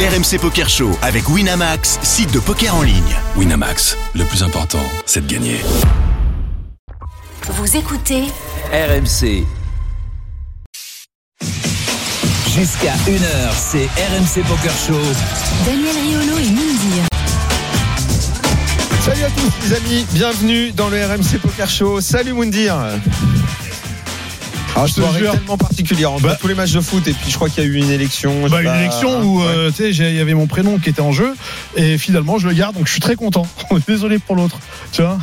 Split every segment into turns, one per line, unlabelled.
RMC Poker Show avec Winamax, site de poker en ligne.
Winamax, le plus important, c'est de gagner.
Vous écoutez
RMC. Jusqu'à 1h, c'est RMC Poker Show.
Daniel Riolo et Mindy.
Salut à tous les amis, bienvenue dans le RMC Poker Show. Salut Moundir Alors je
Ah, te
soirée
jure.
tellement particulière, on
Bah-
voit tous les matchs de foot et puis je crois qu'il y a eu une élection. je
Bah,
sais
une
pas,
élection
hein,
où
ouais.
euh, tu sais, j'ai- il y avait mon prénom qui était en jeu et finalement je le garde donc je suis très content. Désolé pour l'autre. Tu vois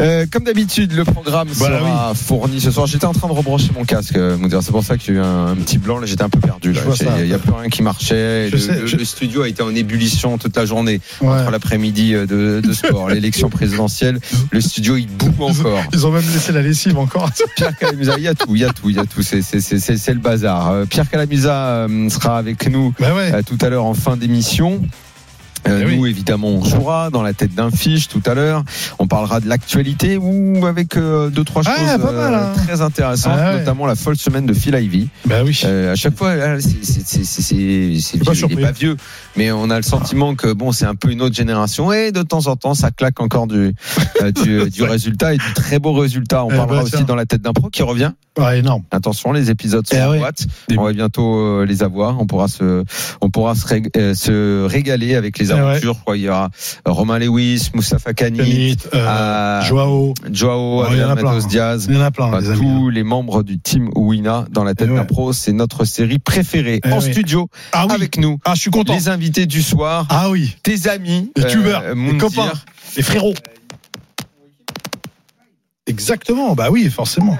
Euh, comme d'habitude, le programme
Voilà,
sera fourni ce soir. J'étais en train de rebrancher mon casque, euh, Moundir, c'est pour ça que j'ai eu un, un petit blanc, là j'étais un peu perdu. là.
Je vois
J'ai-
ça.
Il n'y a plus rien qui marchait,
Je
le,
sais,
le-
je-
le studio a été en ébullition toute la journée,
Ouais.
entre l'après-midi euh, de, de sport, l'élection présidentielle, le studio il boue encore.
Ils ont même laissé la lessive encore.
Pierre Calamusa, il y a tout, il y a tout, il y a tout. C'est, c'est, c'est, c'est, c'est le bazar. Euh, Pierre Calamusa euh, sera avec nous
bah ouais.
euh, tout à l'heure en fin d'émission. Euh,
Eh oui.
Nous, évidemment, on jouera dans la tête d'un fiche tout à l'heure. On parlera de l'actualité ou avec euh, deux, trois
Ah,
choses euh,
pas mal, hein.
très intéressantes,
Ah ouais.
notamment la folle semaine de Phil Ivy.
Bah oui.
Euh, à chaque fois, là, c'est, c'est, c'est, c'est, c'est, c'est vieux, il
pas
est
surpris.
pas vieux, mais on a le sentiment que bon, c'est un peu une autre génération et de temps en temps, ça claque encore du, euh, du, du résultat et du très beau résultat. On
Eh
parlera
bah,
aussi
tiens.
dans la tête d'un pro qui revient.
Ouais, énorme.
Attention, les épisodes sont
Eh
en
oui.
boîte.
Des-
On va bientôt euh, les avoir. On pourra se, on pourra se, rég- euh, se régaler avec les
Eh ouais.
aventures. Je crois, Il y aura Romain Lewis, Moustapha Kani,
Yannick, euh,
euh,
Joao,
Joao,
Oh, il y en a
Adrian
plein.
Matos Diaz.
il y en a plein
Enfin,
des amis. hein.
tous les membres du team Wina dans la tête
Eh ouais.
d'un pro, c'est notre série préférée.
Eh
en
oui.
studio,
Ah oui.
avec nous,
Ah je suis content.
les invités du soir,
Ah oui.
tes amis,
Les
euh,
tubeurs, les
Moundir.
copains, les frérots. Exactement. Bah oui, forcément.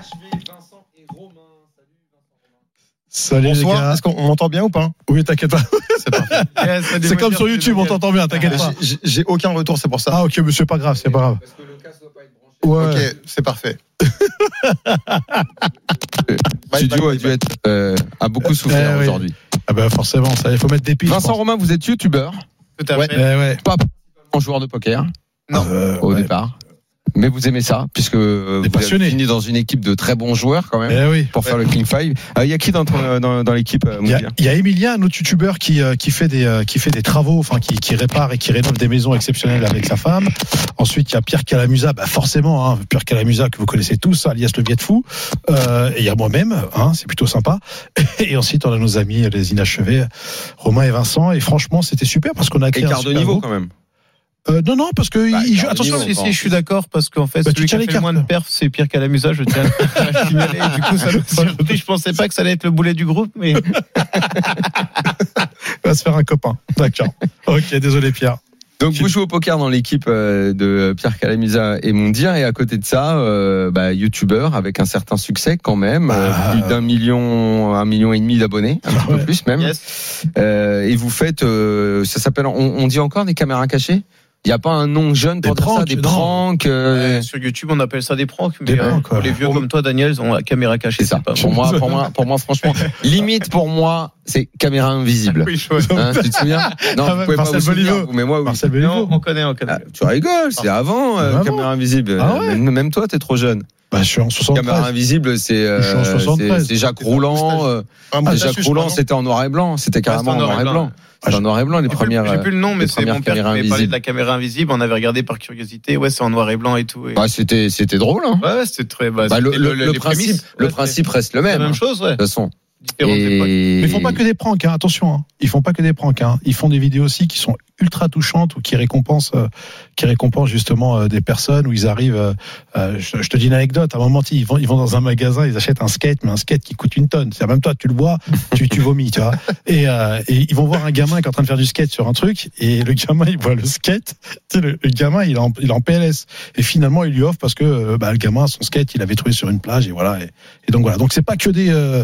Salut les
Bonsoir,
gars.
est-ce qu'on on m'entend bien ou pas
Oui, t'inquiète pas. C'est comme sur YouTube, on t'entend bien, t'inquiète pas.
Ah, J'ai- j'ai- J'ai aucun retour, c'est pour ça.
Ah ok, mais c'est pas grave, c'est pas grave. Ouais.
Ok, c'est parfait.
Le studio a dû être euh, a beaucoup souffert
Eh oui.
aujourd'hui.
Ah bah forcément, ça, il faut mettre des piles. je
Vincent
pense.
Romain, vous êtes youtubeur,
Tout à
Ouais,
fait.
ouais, Eh ouais.
pas en joueur de poker
Non.
Euh,
au
ouais.
départ, mais vous aimez ça puisque euh, vous
Des passionnés.
avez fini dans une équipe de très bons joueurs quand même
Eh oui.
pour faire le King Five. Euh, Il y a qui dans, ton- euh, dans, dans l'équipe euh,
Il y, a,
Moundir
il y a Emilien, un autre youtubeur qui, euh, qui, fait des, euh, qui fait des travaux, enfin qui, qui répare et qui rénove des maisons exceptionnelles avec sa femme. Ensuite, il y a Pierre Calamusa, bah forcément, hein, Pierre Calamusa que vous connaissez tous, alias le biais de fou. Euh, et il y a moi-même, hein, c'est plutôt sympa. Et ensuite, on a nos amis euh, les inachevés, Romain et Vincent. Et franchement, c'était super parce qu'on a créé un
Écart de
super
niveau
groupe.
quand même.
Euh, non, non, parce que
Bah,
il- il
écart
joue-
de
attention,
niveau.
Si, si, je suis d'accord parce qu'en fait,
Bah, tu
celui qui
tiens
a
les
fait le
cartes.
moins de perfs, c'est Pierre Calamusa. Je tiens à le signaler. Du coup, ça me surprit. Je pensais pas que ça allait être le boulet du groupe, mais
on va se faire un copain. D'accord. ok, désolé Pierre.
Donc
Phil.
vous jouez au poker dans l'équipe euh, de Pierre Calamisa et Mondir et à côté de ça, euh, bah, youtubeur avec un certain succès quand même, euh,
Ah.
plus d'un million, un million et demi d'abonnés, un petit peu
Ouais.
plus même.
yes.
Euh, et vous faites, euh, ça s'appelle, on, on dit encore des caméras cachées Il n'y a pas un nom jeune pour
Des
dire ça,
pranks,
des
non.
pranks euh,
Euh, Sur YouTube, on appelle ça des pranks, mais
Des
euh,
pranks, quoi.
pour les vieux comme toi, Daniel, ils ont la caméra cachée.
C'est ça.
pas
Pour
bon.
moi, pour moi, pour moi, franchement, limite pour moi, c'est caméra invisible.
Oui, je vois.
Hein, tu te souviens Non,
Ah
vous
ouais,
pouvez pas
Marcel
vous souvenir,
Boliveau.
vous, mais moi, oui.
Marcel
Non,
Béliveau.
on connaît, on connaît.
Ah, tu rigoles, c'est avant euh,
Vraiment
caméra invisible.
Ah ouais
Même- même toi, t'es trop jeune.
Bah, je suis en 73.
Caméra invisible, c'est euh,
Je suis en 73.
c'est- c'est Jacques Roulant. euh,
Ah,
Un
c'est
moustachu,
Jacques
je
Roulant,
hein.
crois, non
c'était en noir et blanc. C'était carrément
Ah,
en noir et blanc. C'était en noir et blanc les
J'ai plus-
premières. euh,
J'ai plus le nom, mais
les
c'est mon
premières
père qui
caméras
m'avait parlé
invisibles.
de la caméra invisible. On avait regardé par curiosité. Ouais, c'est en noir et blanc et tout. et-
euh, Bah, c'était c'était drôle. Hein.
Ouais, ouais, c'était très. bah,
Bah, le,
c'était
le- le
les
principe
prémices.
le
Ouais,
principe reste le
c'est
même. hein,
la même
de
chose, ouais.
toute façon.
Différentes époques.
Mais ils font pas que des pranks, hein, attention. Hein. Ils font pas que des pranks. Hein. Ils font des vidéos aussi qui sont ultra touchantes ou qui récompensent, euh, qui récompensent justement euh, des personnes où ils arrivent. euh, euh, je, je te dis une anecdote. À un moment, ils vont, ils vont dans un magasin, ils achètent un skate, mais un skate qui coûte une tonne. C'est même toi, tu le bois, tu, tu vomis, tu vois. Et, euh, et ils vont voir un gamin qui est en train de faire du skate sur un truc, et le gamin il voit le skate. Tu sais, le, le gamin il est, en, il est en PLS. Et finalement, il lui offre parce que euh, bah, le gamin son skate il l'avait trouvé sur une plage et voilà. Et, et donc voilà. Donc c'est pas que des euh,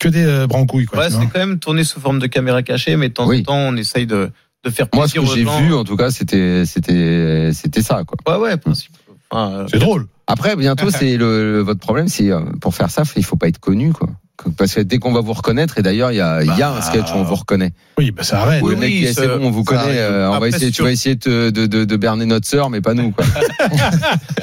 que des euh, brancouilles quoi.
Ouais,
tu
c'est
vois.
quand même tourné sous forme de caméra cachée, mais de temps
Oui.
en temps, on essaye de, de faire
Moi, ce
plaisir
que j'ai
aux gens.
vu, en tout cas, c'était c'était c'était ça. Quoi.
Ouais, ouais, principe. Enfin, euh,
C'est drôle.
Après, bientôt, c'est le, le- votre problème, c'est euh, pour faire ça, il faut pas être connu, quoi. Que- Parce que dès qu'on va vous reconnaître, et d'ailleurs, il y a, il y a un sketch où on vous reconnaît.
Oui, bah, ça arrête.
Où le
oui,
mec dit, eh,
ça-
c'est bon, on vous
ça
connaît,
arrive.
euh, on va
Après,
essayer,
c'est
tu vas
sûr.
essayer de, de, de, de berner notre sœur, mais pas nous, quoi.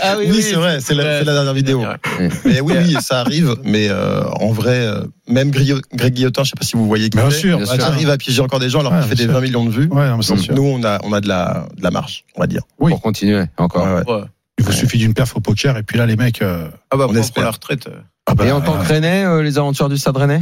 Ah
Oui, c'est vrai, c'est la, c'est la dernière vidéo.
Ouais.
Mais oui, oui, ça arrive, mais euh, en vrai, euh, même Grillo- Greg Guillotin, je sais pas si vous voyez qui
Bien
c'est,
sûr.
Bien
bah,
sûr.
tiens.
arrive à piéger encore des gens alors
Ouais,
qu'il fait
bien
des
sûr.
20 millions de vues.
Ouais, non, mais c'est
Donc,
sûr.
nous, on a, on a de la, de la marge, on va dire.
Oui.
Pour continuer,
Ah.
encore.
Ouais, ouais.
Ouais.
Il vous suffit d'une perf au poker et puis là, les mecs. euh,
Ah bah,
On
on
espère.
la retraite. euh.
et en tant que Rennais, euh, les aventures du Stade Rennais,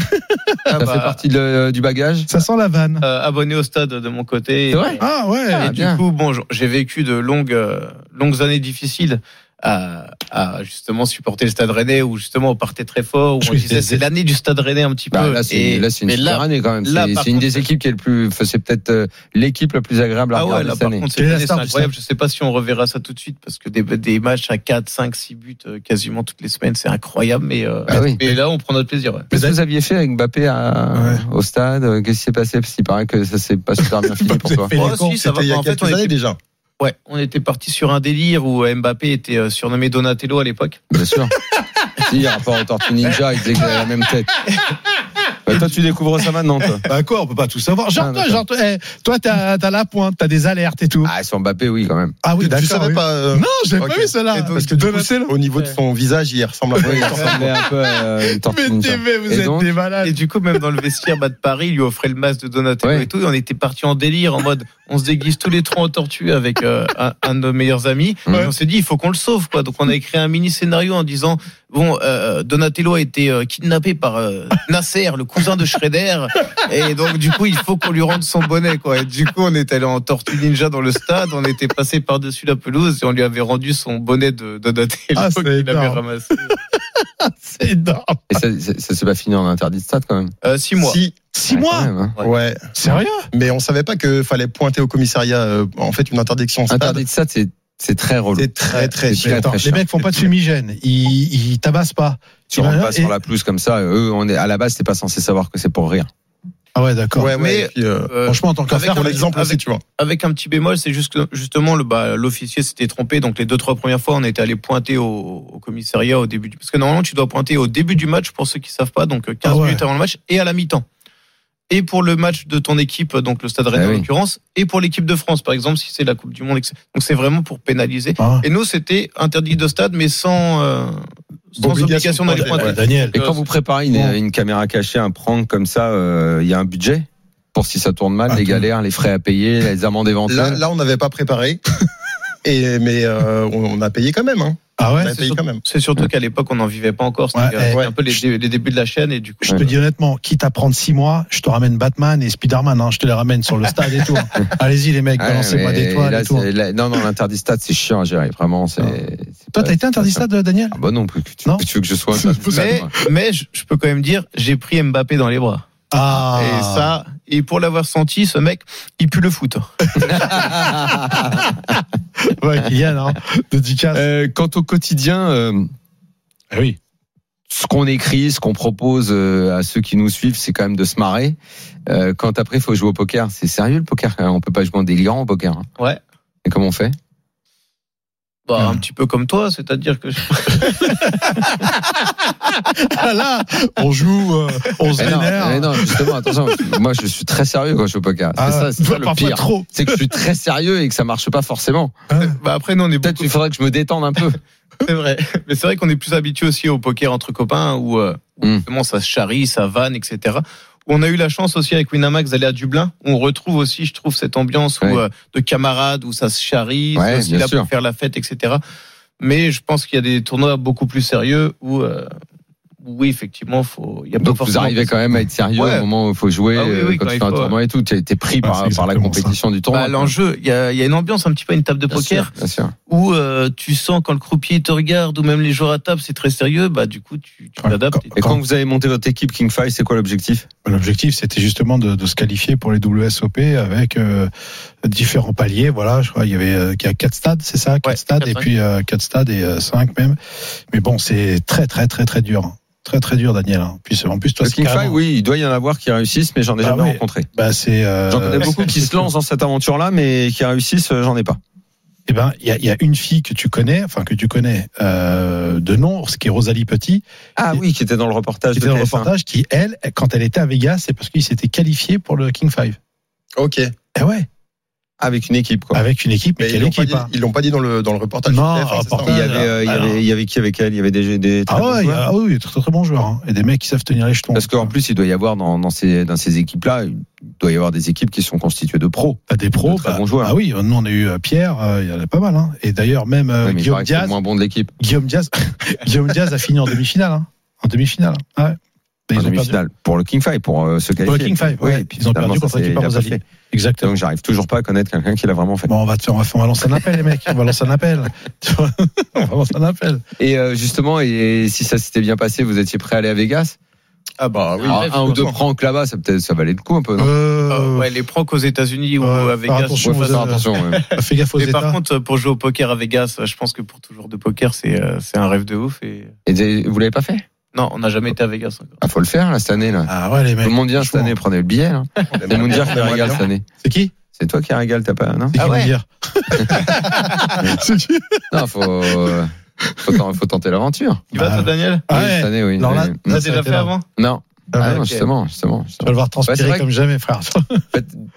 Ah
ça
bah,
fait partie de le- du bagage.
Ça sent la vanne.
euh, abonné au stade de mon côté.
C'est vrai
Et-
Ah ouais.
Ah,
Et
bien.
du coup, bon, j- j'ai vécu de longues, euh, longues années difficiles à, à justement supporter le Stade Rennais où justement on partait très fort. Où
Je
on
suis
disait c'est
désolé.
l'année du Stade Rennais un petit
Bah,
peu.
là, c'est
euh, Et-
là, c'est une
mais
super
là-
année quand même.
là,
C'est
par
c'est une
contre,
des
c'est-
équipes qui est le plus, c'est peut-être euh, l'équipe la plus agréable à
Ah ouais,
regarder
là,
cette
par
année.
contre, cette
Quelle est la
année, c'est
star du
incroyable. Je sais pas si on reverra ça tout de suite parce que des, des matchs à 4, 5, 6 buts euh, quasiment toutes les semaines, c'est incroyable. Mais, euh,
Bah oui.
mais là, on prend notre plaisir. ouais.
Qu'est-ce que vous aviez fait avec Mbappé à- au stade euh, Qu'est-ce qui s'est passé Parce qu'il paraît que ça s'est pas super bien fini pour toi.
Mais
Oh,
les cons,
si, ça va
C'était il y
pas.
a
En fait,
quelques
on était-
années déjà.
Ouais, on était parti sur un délire où Mbappé était euh, surnommé Donatello à l'époque.
Bien sûr. si, rapport au Tortue Ninja, il disait qu'il avait la même tête. Bah, toi, tu découvres ça maintenant, toi.
Bah quoi, on peut pas tout savoir. Genre
Ah,
toi,
d'accord.
genre toi, eh, toi t'as t'as la pointe, t'as des alertes et tout.
Ah, sur Mbappé, oui, quand même.
Ah
Tu- tu savais
oui.
pas. euh,
Non, j'ai
ok.
pas vu cela.
Et donc,
Parce que
du coup,
Donatello.
Au niveau de son visage, il ressemble un peu.
Oui, il ressemblait un peu à une Tortue
Mais
Ninja.
TV, vous
Et
êtes
donc
des malades.
Et du coup, même dans le vestiaire bas de Paris, il lui offrait le masque de Donatello
Ouais.
et tout. Et on était parti en délire, en mode, on se déguise tous les trois en tortue avec euh, un, un de nos meilleurs amis.
Ouais.
Et on s'est dit, il faut qu'on le sauve, quoi. Donc, on a écrit un mini scénario en disant, bon, euh, Donatello a été euh, kidnappé par euh, Nasser, le cousin de Shredder. Et donc, du coup, il faut qu'on lui rende son bonnet, quoi. Et du coup, on est allé en tortue ninja dans le stade. On était passé par-dessus la pelouse et on lui avait rendu son bonnet de Donatello
Ah, c'est
qu'il avait
énorme.
ramassé.
C'est énorme.
Et ça, ça, ça s'est pas fini en interdit de stade, quand même.
Euh, six mois.
Si,
Six
Ouais, quand
mois.
même, hein.
ouais.
Sérieux
Mais on savait pas qu'il fallait pointer au commissariat, euh, en fait, une interdiction. au stade.
Interdit de stade, c'est- c'est très relou.
C'est très, très
C'est
chiant.
très,
Attends,
très
les
chiant.
mecs font pas de fumigène. Ils, ils tabassent pas.
Tu rentres pas
Et-
sur la pelouse comme ça. Eux, on est, à la base, t'es pas censé savoir que c'est pour rire.
Ah ouais, d'accord.
Ouais, ouais.
Mais-
et puis, euh,
Euh,
Franchement, en tant
Avec
qu'affaire,
pour
un-
l'exemple aussi,
avec-
tu vois.
avec un petit bémol, c'est juste que justement le bah, l'officier s'était trompé. Donc les deux trois premières fois, on était allé pointer au, au commissariat au début du parce que normalement tu dois pointer au début du match pour ceux qui savent pas, donc euh, 15
Ah ouais.
minutes avant le match et à la mi-temps. Et pour le match de ton équipe, euh, donc le Stade Rennais
Ah
en
oui.
l'occurrence, et pour l'équipe de France par exemple, si c'est la Coupe du Monde. etc. Donc c'est vraiment pour pénaliser.
Ah.
Et nous c'était interdit de stade, mais sans euh, sans
Obligation
obligation d'aller
de pointer,
pointer.
Ouais, Daniel.
Et quand vous préparez une,
Euh, Bon.
une caméra cachée, un prank comme ça, euh, il y a un budget pour si ça tourne mal,
Ah,
les
tout.
galères, les frais à payer, les amendes
Là,
éventuelles.
là, on n'avait pas préparé. Et, mais euh, on, on a payé quand même. Hein.
Ah ouais
on a
c'est
payé
sûr.
quand même.
C'est surtout qu'à l'époque on n'en vivait pas encore. C'était
Ouais,
euh,
ouais.
un peu les, les débuts de la chaîne et du coup.
Je te dis honnêtement, quitte à prendre six mois, je te ramène Batman et Spider-Man, hein, je te les ramène sur le stade et tout. hein. Allez-y les mecs,
Ouais,
balancez-moi
mais
des toiles
là,
et tout. hein.
c'est- là- non, non, l'interdit stade, c'est chiant à gérer. Vraiment, c'est.
Non.
c'est
Toi,
pas-
t'as été interdit stade, Daniel
Ah bah non, plus que tu,
Non.
tu veux que je sois interdit de stade,
Mais,
moi.
mais je, je peux quand même dire, j'ai pris Mbappé dans les bras.
Ah
Et ça, et pour l'avoir senti, ce mec, il pue le foot.
Ouais, Kylian, hein, dédicace.
Euh, quant au quotidien, euh,
Ah oui.
ce qu'on écrit, ce qu'on propose euh, à ceux qui nous suivent, c'est quand même de se marrer. Euh, quand après, il faut jouer au poker, c'est sérieux le poker quand même. On peut pas jouer en délirant au poker. hein.
Ouais.
Et comment on fait
Bah, Un petit peu comme toi, c'est-à-dire que je-
Ah là, on joue, euh, on se
Mais non, mais
vénère.
non, justement, attention. moi, je suis très sérieux quand je suis au poker. C'est
Ah,
ça, c'est ça le
parfois
pire.
trop.
C'est que je suis très sérieux et que ça marche pas forcément.
bah, après, nous, on est
Peut-être
beaucoup.
qu'il faudrait que je me détende un peu.
C'est vrai. Mais c'est vrai qu'on est plus habitué aussi au poker entre copains où, euh, où
Mm.
justement ça se charrie, ça vanne, etc. Où On a eu la chance aussi avec Winamax d'aller à Dublin. où On retrouve aussi, je trouve, cette ambiance où,
Ouais.
euh, de camarades où ça se charrie,
Ouais,
c'est aussi
bien
là
sûr.
pour faire la fête, etc. Mais je pense qu'il y a des tournois beaucoup plus sérieux où, euh, où oui, effectivement, faut. Il y a pas
Donc vous
forcément-
arrivez quand même à être sérieux
Ouais.
au moment où il faut jouer,
Ah oui, oui,
euh, quand,
quand
tu
il
fais un
faut,
tournoi et tout, t'es t'es pris
Ah,
par,
c'est
par la
exactement ça.
compétition du tournoi.
Bah, L'enjeu, il y a, il y a une ambiance un petit peu à une table de
Bien
poker
sûr, bien sûr.
où euh, tu sens quand le croupier te regarde ou même les joueurs à table, c'est très sérieux. Bah du coup, tu tu
Ouais,
t'adaptes.
Et quand vous avez monté votre équipe King Five, c'est quoi l'objectif
L'objectif, c'était justement de, de se qualifier pour les WSOP avec euh, différents paliers. Voilà, je crois il y avait euh, qu'il y a quatre stades, c'est ça, quatre
Ouais,
stades
quatre,
et
cinq.
puis euh, quatre stades et euh, cinq même. Mais bon, c'est très très très très dur, hein. très très dur, Daniel. hein. Puis c'est- en plus toi,
Le
c'est
Euh, King Five,
carrément-
oui, il doit y en avoir qui réussissent, mais j'en ai
Ah
jamais
ouais.
rencontré.
Bah c'est. euh,
J'en connais beaucoup qui se lancent dans cette aventure-là, mais qui réussissent, euh, j'en ai pas.
eh ben, il y a, il y a une fille que tu connais, enfin que tu connais euh, de nom, ce qui est Rosalie Petit,
Ah oui, qui était dans le reportage
qui
de
était dans le
TF1.
reportage, qui elle, quand elle était à Vegas, c'est parce qu'ils s'étaient qualifiés pour le King 5
Ok.
Eh ouais,
Avec une équipe, quoi.
avec une équipe, mais,
Mais ils
quelle
l'ont pas,
équipe
dit-
hein.
ils l'ont pas dit dans le, dans le reportage.
Non,
du TF1, c'est
reportage.
ça
Il y, avait, euh, il, y
Ah Alors-
avait, il y avait qui avec elle Il y avait des. des très
Ah
bons
ouais, il y a-
joueurs.
ah oui, très très bon joueur. hein. Et des mecs qui savent tenir les jetons.
Parce qu'en plus, il doit y avoir dans, dans ces, dans ces équipes-là, il doit y avoir des équipes qui sont constituées de pros.
T'as des pros,
de très
bah-
bons joueurs.
Ah oui, nous on a eu euh, Pierre, euh, il y en a pas mal. hein. Et d'ailleurs même euh,
Ouais, mais il
Guillaume
paraît que c'est le
Diaz,
moins bon de l'équipe
Guillaume Diaz, Guillaume Diaz a fini en demi-finale. hein. En demi-finale. hein. Ouais.
en
Et ils ont perdu.
demi-finale. Pour le King Five, pour euh, se qualifier.
Pour le King Five, ouais.
et puis
Ils ont
finalement,
perdu
ça,
contre
c'est-
l'équipe
il a pas
Rosalie.
fait.
Exactement.
Donc, j'arrive toujours pas à connaître quelqu'un qui l'a vraiment fait.
Bon, on va te faire, on va, faire- on va lancer un appel, les mecs. On va lancer un appel. Tu vois on va lancer un appel.
Et euh, justement, et si ça s'était bien passé, vous étiez prêt à aller à Vegas
Ah bah oui.
Alors,
bref,
Un ou deux
franchement.
pranks là-bas, ça, peut-être- ça valait le coup un peu, non
Euh,
Euh, ouais, les pros aux États-Unis ou
euh,
à
faire
Vegas.
attention
je sais
Ouais, faut
aux
pas.
faire attention.
euh,
ouais.
Fais gaffe aux
Mais
États.
par contre, pour jouer au poker à Vegas, je pense que pour tout joueur de poker, c'est euh, c'est un rêve de ouf. Et...
Et des- vous l'avez pas fait
Non, on n'a jamais été à Vegas encore.
Ah, faut le faire là cette année là.
Ah ouais, les
Tout
mecs.
le monde vient cette
franchement.
année, prenez le billet. Là.
On
C'est le
aimerait
monde
bien,
dire
on
qui
aimerait
régale
bien.
cette année.
C'est qui
C'est toi qui régale, t'as pas non
C'est qui
Ah ouais.
Mounir Ah, C'est qui
Non, faut euh, faut, ten- faut tenter l'aventure.
Tu vas
Bah,
toi, Daniel
Ah
Oui,
ouais.
Cette année, oui.
Alors là,
Oui.
là,
T'as
ça a
déjà
été
fait
là.
avant
non. Ah
Ah,
non,
ok.
justement, justement.
Tu vas le voir
Ouais, c'est
transpirer
vrai
comme jamais, frère.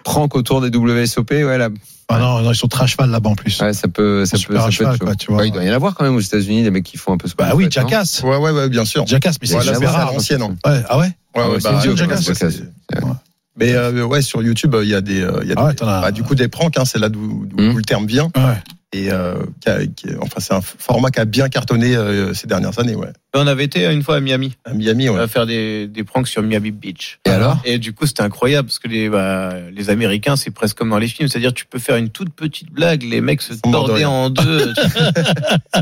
Prank autour des WSOP, ouais, là,
Ah non, non, ils sont très à cheval là-bas en plus.
ouais, ça peut, ça
Ils sont
peut,
super
ça
à
peut
cheval,
être chaud.
quoi, tu vois.
Ouais, il doit y en avoir quand même aux États-Unis, des mecs qui font un peu ce
Bah
qu'on
oui,
fait, non
Jackass.
Ouais, ouais, ouais, bien sûr.
Jackass, mais c'est
Voilà,
super
c'est
rare.
à l'ancienne. hein.
Ouais, ah ouais
Ouais,
Ah ouais,
ouais,
c'est
bah,
idiot,
Jackass,
Jackass.
ouais, c'est- Mais euh, ouais, sur YouTube, il y a des, euh, il y a
Ah ouais,
des-
t'en as-
bah, du coup des pranks. hein, c'est là d'où d'où
Hum.
le terme vient.
Ouais.
Et euh, qui a- qui est- enfin, c'est un format qui a bien cartonné euh, ces dernières années. Ouais.
Bah, On avait été euh, une fois à Miami,
À Miami, ouais.
à faire des, des pranks sur Miami Beach.
Et alors
Et du coup, c'était incroyable parce que les, bah, les Américains, c'est presque comme dans les films. C'est-à-dire, tu peux faire une toute petite blague, les mecs se
sont morts de
tordaient
rire.
en deux.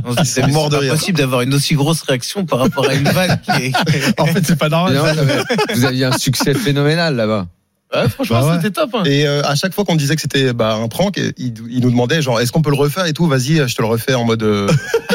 On se disait,
sont
mais
morts
c'est
de
pas
rire.
possible d'avoir une aussi grosse réaction par rapport à une vague qui est.
En fait, c'est pas
Et non,
normal.
vous avez- Vous aviez un succès phénoménal là-bas.
Ouais, franchement,
Bah ouais.
c'était top. hein.
Et euh, à chaque fois qu'on disait que c'était bah, un prank, et il, il nous demandait genre est-ce qu'on peut le refaire et tout. Vas-y, je te le refais en mode euh,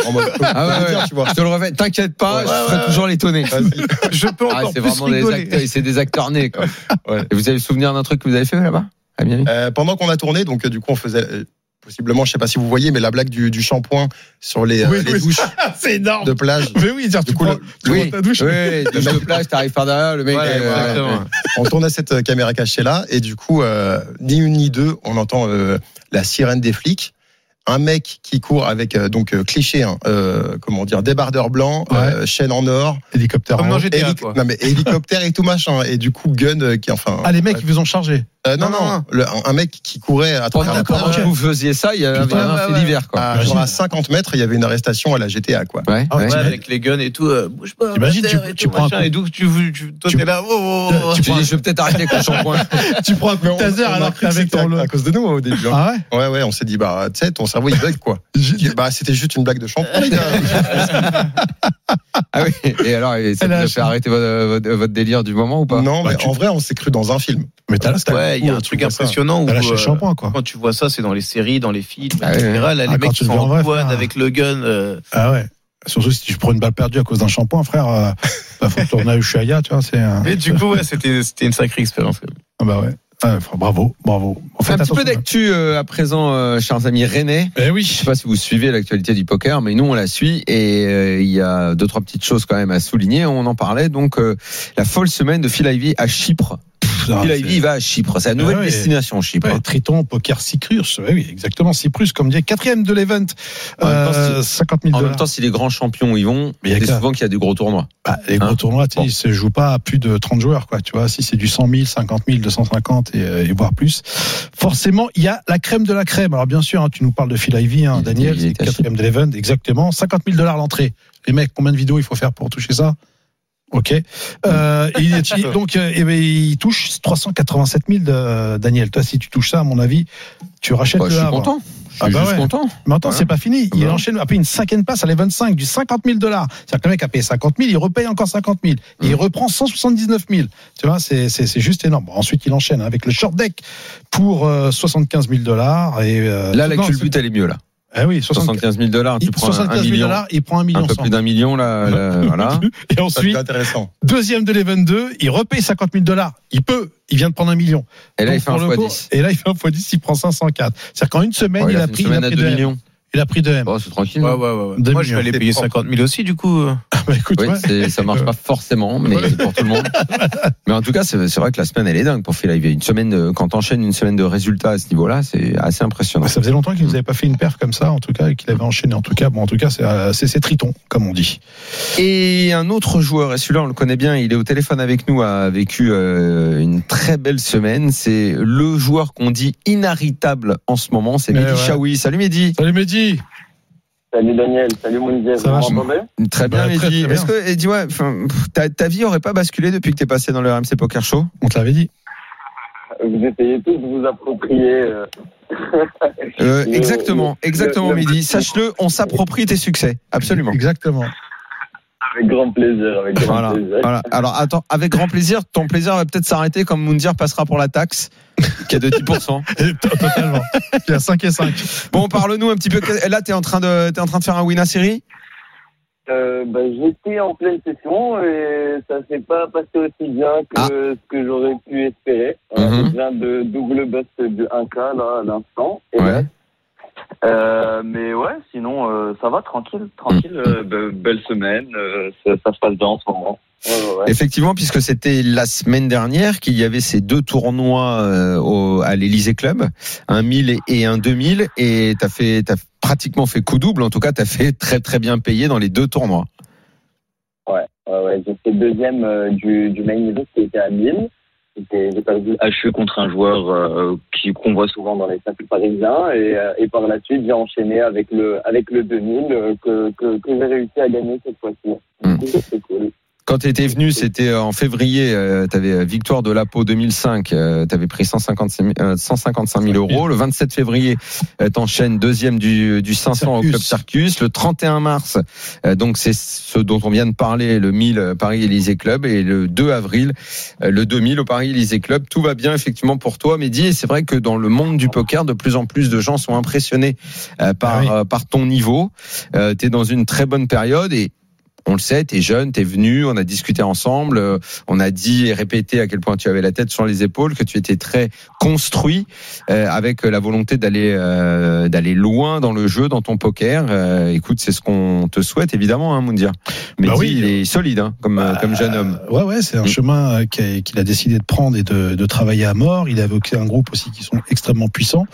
en mode
Ah ouais,
je veux dire,
ouais.
tu vois.
Je te le refais, t'inquiète pas,
Bah. Ouais,
je
ouais,
serai
ouais.
toujours l'étonné.
Vas-y.
Je peux
Ah,
encore
c'est
plus
vraiment des
rigoler.
acteurs, c'est des acteurs nés, quoi.
Ouais.
Et vous avez le souvenir d'un truc que vous avez fait là-bas à Miami
Euh, pendant qu'on a tourné, donc euh, du coup on faisait euh, possiblement, je sais pas si vous voyez, mais la blague du, du shampoing sur les, euh,
Oui,
les
oui.
douches
Ah, C'est énorme.
de plage.
Mais oui, dire, tu
coup,
prends-
le-
tu prends ta douche.
oui, de jeu de plage, t'arrives par derrière, le mec.
Ouais,
euh,
exactement.
On tournait cette euh, caméra cachée là et du coup euh, ni une ni deux, on entend euh, la sirène des flics. Un mec qui court avec euh, donc euh, cliché, hein, euh, comment dire, débardeur blanc,
Ouais.
euh, chaîne en or,
Hélicoptère.
Comme
en
dans
haut.
GTA,
hélic-
quoi.
non, mais hélicoptère et tout machin, et du coup gun euh, qui enfin.
Ah, les mecs, ils vous ont chargé.
Euh, non,
Non,
non,
non.
le- un, un mec qui courait à
Pendant
travers la
que
plage,
ok.
vous faisiez ça, il y avait
Putain,
un
ouais,
fait
ouais.
d'hiver, quoi.
à, genre à 50 mètres, il y avait une arrestation à la GTA quoi.
Ouais,
Ah ouais,
ouais.
Ouais,
T'imagines-
avec les guns et tout, euh, bouge pas.
T'imagines,
terre
tu-
et
tu
tout,
prends un
machin,
coup.
Et donc, tu, tu, toi,
Tu-
t'es là, oh, oh, oh,
Tu dis, je vais peut-être arrêter avec le shampoing.
Tu prends un
Mais on-
taser
on a
alors que
cru
t'es avec
c'était
ton
à-
lot.
à cause de nous hein, au début. hein.
Ah ouais
Ouais, ouais, on s'est dit, bah, tu sais, ton cerveau, il bug, quoi. J'ai dit, bah, c'était juste une blague de shampoing. les gars.
Ah oui. Et alors, et ça
Elle
vous
a
a
un
fait arrêter votre, votre- votre délire du moment ou pas
non,
Bah,
mais
tu-
en vrai, on s'est cru dans un film.
Mais t'as
oh. Ouais, il y a un
tu
truc
vois ça.
impressionnant où.
t'as lâché le
euh,
shampoing, quoi.
Quand tu vois ça, c'est dans les séries, dans les films,
Ah,
etc.
ouais,
Là,
Ah,
les
quand
mecs
tu
qui sont
le vois en
en
vrai,
quad
frère.
avec le gun. euh,
Ah ouais. Surtout si tu prends une balle perdue à cause d'un shampoing, frère, euh, bah, faut tourner à Ushuaïa, tu vois, c'est un-
Mais du coup, ouais, c'était c'était une sacrée expérience. quand même.
Ah bah ouais. Ah, frère, bravo, bravo. En
Un petit peu
hein.
d'actu euh, à présent, euh, chers amis rennais.
Eh
Je
oui.
sais pas si vous suivez l'actualité du poker, mais nous on la suit et euh, il y a deux trois petites choses quand même à souligner. On en parlait donc euh, la folle semaine de Phil Ivey à Chypre.
Ah,
Phil
c'est-
Ivey il va à Chypre, c'est la nouvelle
Ah ouais.
destination Chypre.
Ouais, Triton, Poker, Cyprus, ouais, oui, exactement, Cyprus, comme dit, quatrième de l'event,
En même temps,
euh, 50 000
En même
dollars.
temps, si les grands champions y vont,
Mais il y a
c'est
que ça.
souvent qu'il y a des gros tournois.
Bah, les gros
Hein
tournois, tu sais,
Bon.
ils se jouent pas à plus de 30 joueurs, quoi. Tu vois, si c'est du 100 000, 50 000, 250 et, euh, et voire plus. Forcément, il y a la crème de la crème. Alors, bien sûr, hein, tu nous parles de Phil Ivey, hein,
Il-
Daniel,
il
c'est
était à
quatrième de l'event, exactement. 50 000 dollars l'entrée. Les mecs, combien de vidéos il faut faire pour toucher ça? Ok. Euh, il est- il- donc, euh, eh ben, il touche 387 000 de, euh, Daniel. Toi, si tu touches ça, à mon avis, tu rachètes
Bah,
le
je suis
Havre.
content. Je suis
Ah bah
juste Bah
ouais.
content.
Mais attends,
Voilà.
c'est pas fini. Il
Voilà.
enchaîne après une cinquième passe à les 25 du 50 000 dollars. C'est-à-dire que le mec a payé 50 000, il repaye encore 50 000. Et
Mm.
il reprend 179 000. Tu vois, c'est, c'est, c'est juste énorme. Bon, ensuite, il enchaîne hein, avec le short deck pour euh, 75 000 dollars. Et, euh,
Là,
tout-
la
non,
culbute, elle est mieux là.
c'est- Eh oui, 75
75 000 dollars, tu
il-
prends un
75 000
million,
dollars, il prend un
un
million
peu
cent.
plus d'un million là, là, voilà.
Et
Ça, c'est
ensuite,
intéressant.
deuxième de l'Event 2, il repaye 50 000 dollars. Il peut, il vient de prendre un million.
Et là,
Donc,
il fait un
pour le
fois
coup,
10.
Et là, il fait un fois 10, il prend 504. C'est-à-dire qu'en une semaine,
Ouais,
il,
il
a
fait
pris,
une
il a
semaine à
pris
2
de M.
millions.
Il a pris de M.
Bon, c'est tranquille.
Ouais, ouais, ouais.
Deux
Moi, je vais aller
millions.
payer
C'est
50 000 aussi, du coup. euh.
Bah, écoute,
Oui,
ouais.
c'est- ça marche pas forcément, mais pour tout le monde. Mais en tout cas, c'est c'est vrai que la semaine, elle est dingue pour Phil Ivey. Une semaine, de- quand t'enchaînes une semaine de résultats à ce niveau-là, c'est assez impressionnant.
Bah, ça faisait longtemps qu'il nous avait pas fait une perf comme ça, en tout cas, et qu'il avait enchaîné. En tout cas, bon, en tout cas, c'est, euh, c'est c'est Triton, comme on dit.
Et un autre joueur, et celui-là on le connaît bien, il est au téléphone avec nous, a vécu euh, une très belle semaine. C'est le joueur qu'on dit inarrêtable en ce moment, c'est
Mais
Mehdi
Eh ouais.
Chaoui. Salut Mehdi.
Salut Mehdi.
Salut Daniel, salut Mounir,
Ça va,
vous
je-
m'entendez
Très bien
Bah, très,
Mehdi.
très
Est-ce que et dis-moi, enfin, pff, ta, ta vie aurait pas basculé depuis que t'es passé dans le RMC Poker Show
On te l'avait dit.
Vous essayez tous de vous approprier. euh,
Euh,
Le-
Exactement,
le-
exactement
le-
Mehdi. Sache-le, on s'approprie tes succès, absolument.
Exactement.
avec grand plaisir, avec grand
Voilà,
plaisir.
voilà. Alors attends, avec grand plaisir, ton plaisir va peut-être s'arrêter comme Moundir passera pour la taxe, qui est de 10%.
Totalement. Il a 5 et 5.
Bon, parle-nous un petit peu. Là, t'es en train de, t'es en train de faire un win à série.
Euh, bah, J'étais en pleine session et ça s'est pas passé aussi bien que
Ah.
ce que j'aurais pu espérer. Euh,
Mhm.
Je viens de double bust de 1K là à l'instant. Et
Ouais.
là, euh, mais ouais, sinon euh, ça va tranquille, tranquille.
Mhm.
euh, be- belle semaine, euh, ça, ça se passe bien en ce moment. Ouais, ouais, ouais.
Effectivement, puisque c'était la semaine dernière qu'il y avait ces deux tournois euh, au- à l'Elysée Club, un 1000 et un 2000, et t'as fait, t'as pratiquement fait coup double. En tout cas, t'as fait très très bien payé dans les deux tournois.
Ouais, ouais, Euh, ouais. J'étais deuxième euh, du, du main event qui était à Lille. C'était- J'ai perdu HE Ah, contre un joueur euh, qui- qu'on voit souvent dans les statuts parisiens. Et, euh, et par la suite, j'ai enchaîné avec le, avec le 2000 euh, que, que, que j'ai réussi à gagner cette fois-ci.
Mm.
Du coup, ça, C'est cool.
Quand tu étais venu, c'était euh, en février, tu avais victoire de la peau 2005, tu avais euh, pris 155 000, euh, 155 000 euros. Le 27 février, euh, t'enchaînes deuxième du, du 500 au
Circus.
Club Circus. Le 31 mars, euh, donc c'est ce dont on vient de parler, le 1000 Paris-Élysée Club. Et le 2 avril, euh, le 2000 au Paris-Élysée Club. Tout va bien effectivement pour toi, Mehdi. Et c'est vrai que dans le monde du poker, de plus en plus de gens sont impressionnés euh, par,
Ah oui.
euh, par ton niveau. Euh, t'es dans une très bonne période et on le sait, t'es jeune, t'es venu, on a discuté ensemble, euh, on a dit et répété à quel point tu avais la tête sur les épaules, que tu étais très construit euh, avec la volonté d'aller euh, d'aller loin dans le jeu, dans ton poker. Euh, écoute, c'est ce qu'on te souhaite évidemment, hein, Moundir. Mais
Bah
dis,
oui.
il est solide hein, comme euh, comme jeune homme.
Euh, ouais, ouais, c'est un
Mm.
chemin euh, qu'a- qu'il a décidé de prendre et de, de travailler à mort. Il a évoqué un groupe aussi qui sont extrêmement puissants.